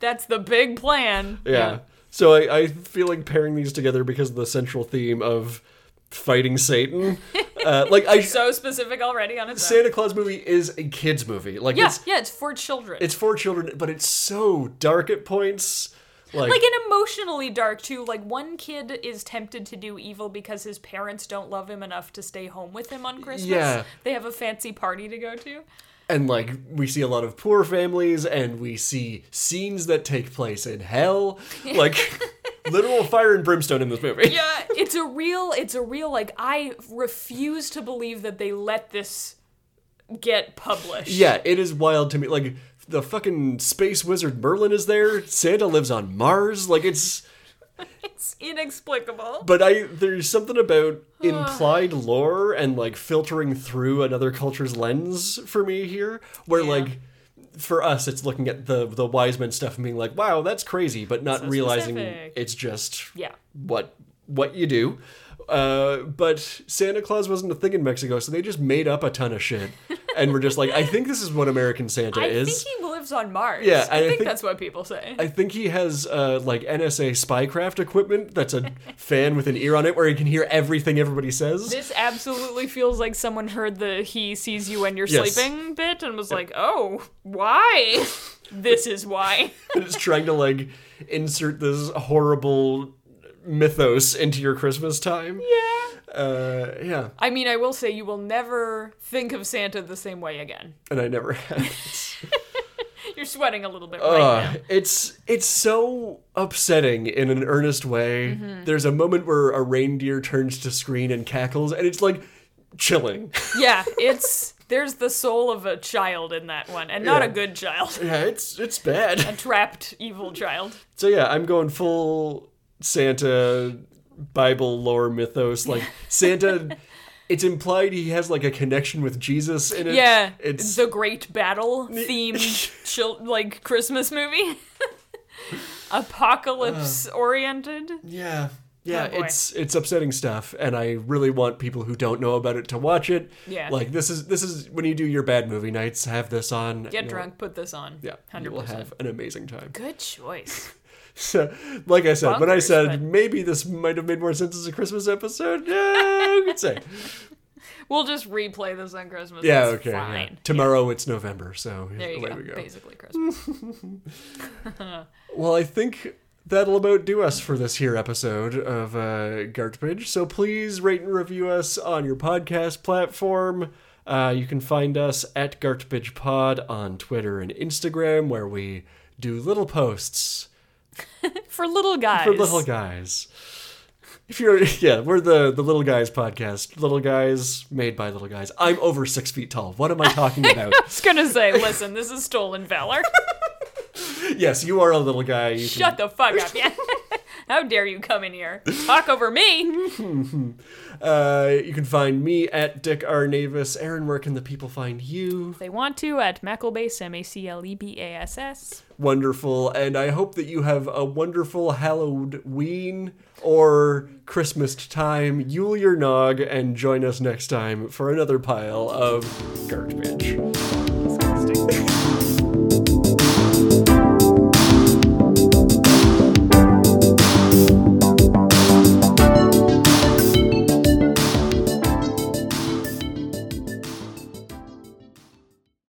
[SPEAKER 2] that's the big plan
[SPEAKER 1] yeah. So I, I feel like pairing these together because of the central theme of fighting Satan. Uh, like I
[SPEAKER 2] so specific already on its own
[SPEAKER 1] Santa Claus movie is a kids movie. Like
[SPEAKER 2] yeah
[SPEAKER 1] it's
[SPEAKER 2] yeah it's for children
[SPEAKER 1] it's for children, but it's so dark at points. Like,
[SPEAKER 2] like and emotionally dark too like one kid is tempted to do evil because his parents don't love him enough to stay home with him on christmas
[SPEAKER 1] Yeah.
[SPEAKER 2] they have a fancy party to go to
[SPEAKER 1] and like we see a lot of poor families, and we see scenes that take place in hell, like literal fire and brimstone in this movie.
[SPEAKER 2] yeah it's a real it's a real like i refuse to believe that they let this get published
[SPEAKER 1] Yeah, it is wild to me. Like the fucking space wizard Merlin is there. Santa lives on Mars. Like it's
[SPEAKER 2] It's inexplicable.
[SPEAKER 1] but I there's something about implied lore and like filtering through another culture's lens for me here, where like for us it's looking at the the wise men stuff and being like, wow, that's crazy, but not realizing
[SPEAKER 2] specific.
[SPEAKER 1] it's just
[SPEAKER 2] Yeah.
[SPEAKER 1] what what you do. Uh, but Santa Claus wasn't a thing in Mexico, so they just made up a ton of shit, and we're just like, I think this is what American Santa
[SPEAKER 2] I
[SPEAKER 1] is.
[SPEAKER 2] think he lives on Mars.
[SPEAKER 1] Yeah,
[SPEAKER 2] I,
[SPEAKER 1] I
[SPEAKER 2] think,
[SPEAKER 1] think-
[SPEAKER 2] that's what people say.
[SPEAKER 1] I think he has uh, like NSA spycraft equipment that's a fan with an ear on it where he can hear everything everybody says.
[SPEAKER 2] this absolutely feels like someone heard the "he sees you when you're
[SPEAKER 1] Yes.
[SPEAKER 2] sleeping" bit and was like, "Oh, why? this is why."
[SPEAKER 1] and it's trying to like insert this horrible mythos into your Christmas time. Yeah. Uh, yeah.
[SPEAKER 2] I mean, I will say you will never think of Santa the same way again.
[SPEAKER 1] And I never had.
[SPEAKER 2] You're sweating a little bit right
[SPEAKER 1] Uh, it's it's so upsetting in an earnest way.
[SPEAKER 2] Mm-hmm.
[SPEAKER 1] There's a moment where a reindeer turns to screen and cackles, and it's like chilling.
[SPEAKER 2] now. Yeah, it's there's the soul of a child in that one, and not a
[SPEAKER 1] Yeah.
[SPEAKER 2] good child,
[SPEAKER 1] yeah, it's it's bad.
[SPEAKER 2] a trapped evil child.
[SPEAKER 1] So yeah, I'm going full Santa Bible lore mythos. Like Santa, it's implied he has like a connection with Jesus in it.
[SPEAKER 2] Yeah,
[SPEAKER 1] it's
[SPEAKER 2] the Great Battle themed, chil- like Christmas movie, apocalypse oriented.
[SPEAKER 1] yeah, yeah.
[SPEAKER 2] Oh, boy.
[SPEAKER 1] it's it's upsetting stuff, and I really want people who don't know about it to watch it.
[SPEAKER 2] Yeah.
[SPEAKER 1] like this is this is when you do your bad movie nights, have this on.
[SPEAKER 2] Get
[SPEAKER 1] you'll-
[SPEAKER 2] drunk, put this on.
[SPEAKER 1] Yeah, you
[SPEAKER 2] hundred
[SPEAKER 1] will
[SPEAKER 2] percent.
[SPEAKER 1] have an amazing time.
[SPEAKER 2] Good choice.
[SPEAKER 1] So, like I said, when I
[SPEAKER 2] Bonkers,
[SPEAKER 1] said
[SPEAKER 2] but-
[SPEAKER 1] maybe this might have made more sense as a Christmas episode, yeah, you could say.
[SPEAKER 2] We'll just replay this on Christmas.
[SPEAKER 1] Yeah,
[SPEAKER 2] It's
[SPEAKER 1] okay. yeah.
[SPEAKER 2] Fine.
[SPEAKER 1] Tomorrow it's November, so
[SPEAKER 2] There you
[SPEAKER 1] away
[SPEAKER 2] go.
[SPEAKER 1] we go.
[SPEAKER 2] Basically Christmas.
[SPEAKER 1] Well, I think that'll about do us for this here episode of uh, Gartbridge. So please rate and review us on your podcast platform. Uh, you can find us at Gartbridge Pod on Twitter and Instagram, where we do little posts
[SPEAKER 2] For little guys.
[SPEAKER 1] for little guys. If you're, yeah, we're the the little guys podcast. Little guys made by little guys. I'm over six feet tall. What am I talking about?
[SPEAKER 2] I was gonna say, listen, this is stolen valor.
[SPEAKER 1] yes, you are a little guy. You can
[SPEAKER 2] Shut the fuck up, yeah. How dare you come in here? Talk over me.
[SPEAKER 1] Uh, you can find me at Dick R. Navis. Aaron, where can the people find you?
[SPEAKER 2] They want to at Maclebass, M A C L E B A S S.
[SPEAKER 1] Wonderful. And I hope that you have a wonderful Halloween or Christmas time. Yule your nog and join us next time for another pile of garbage.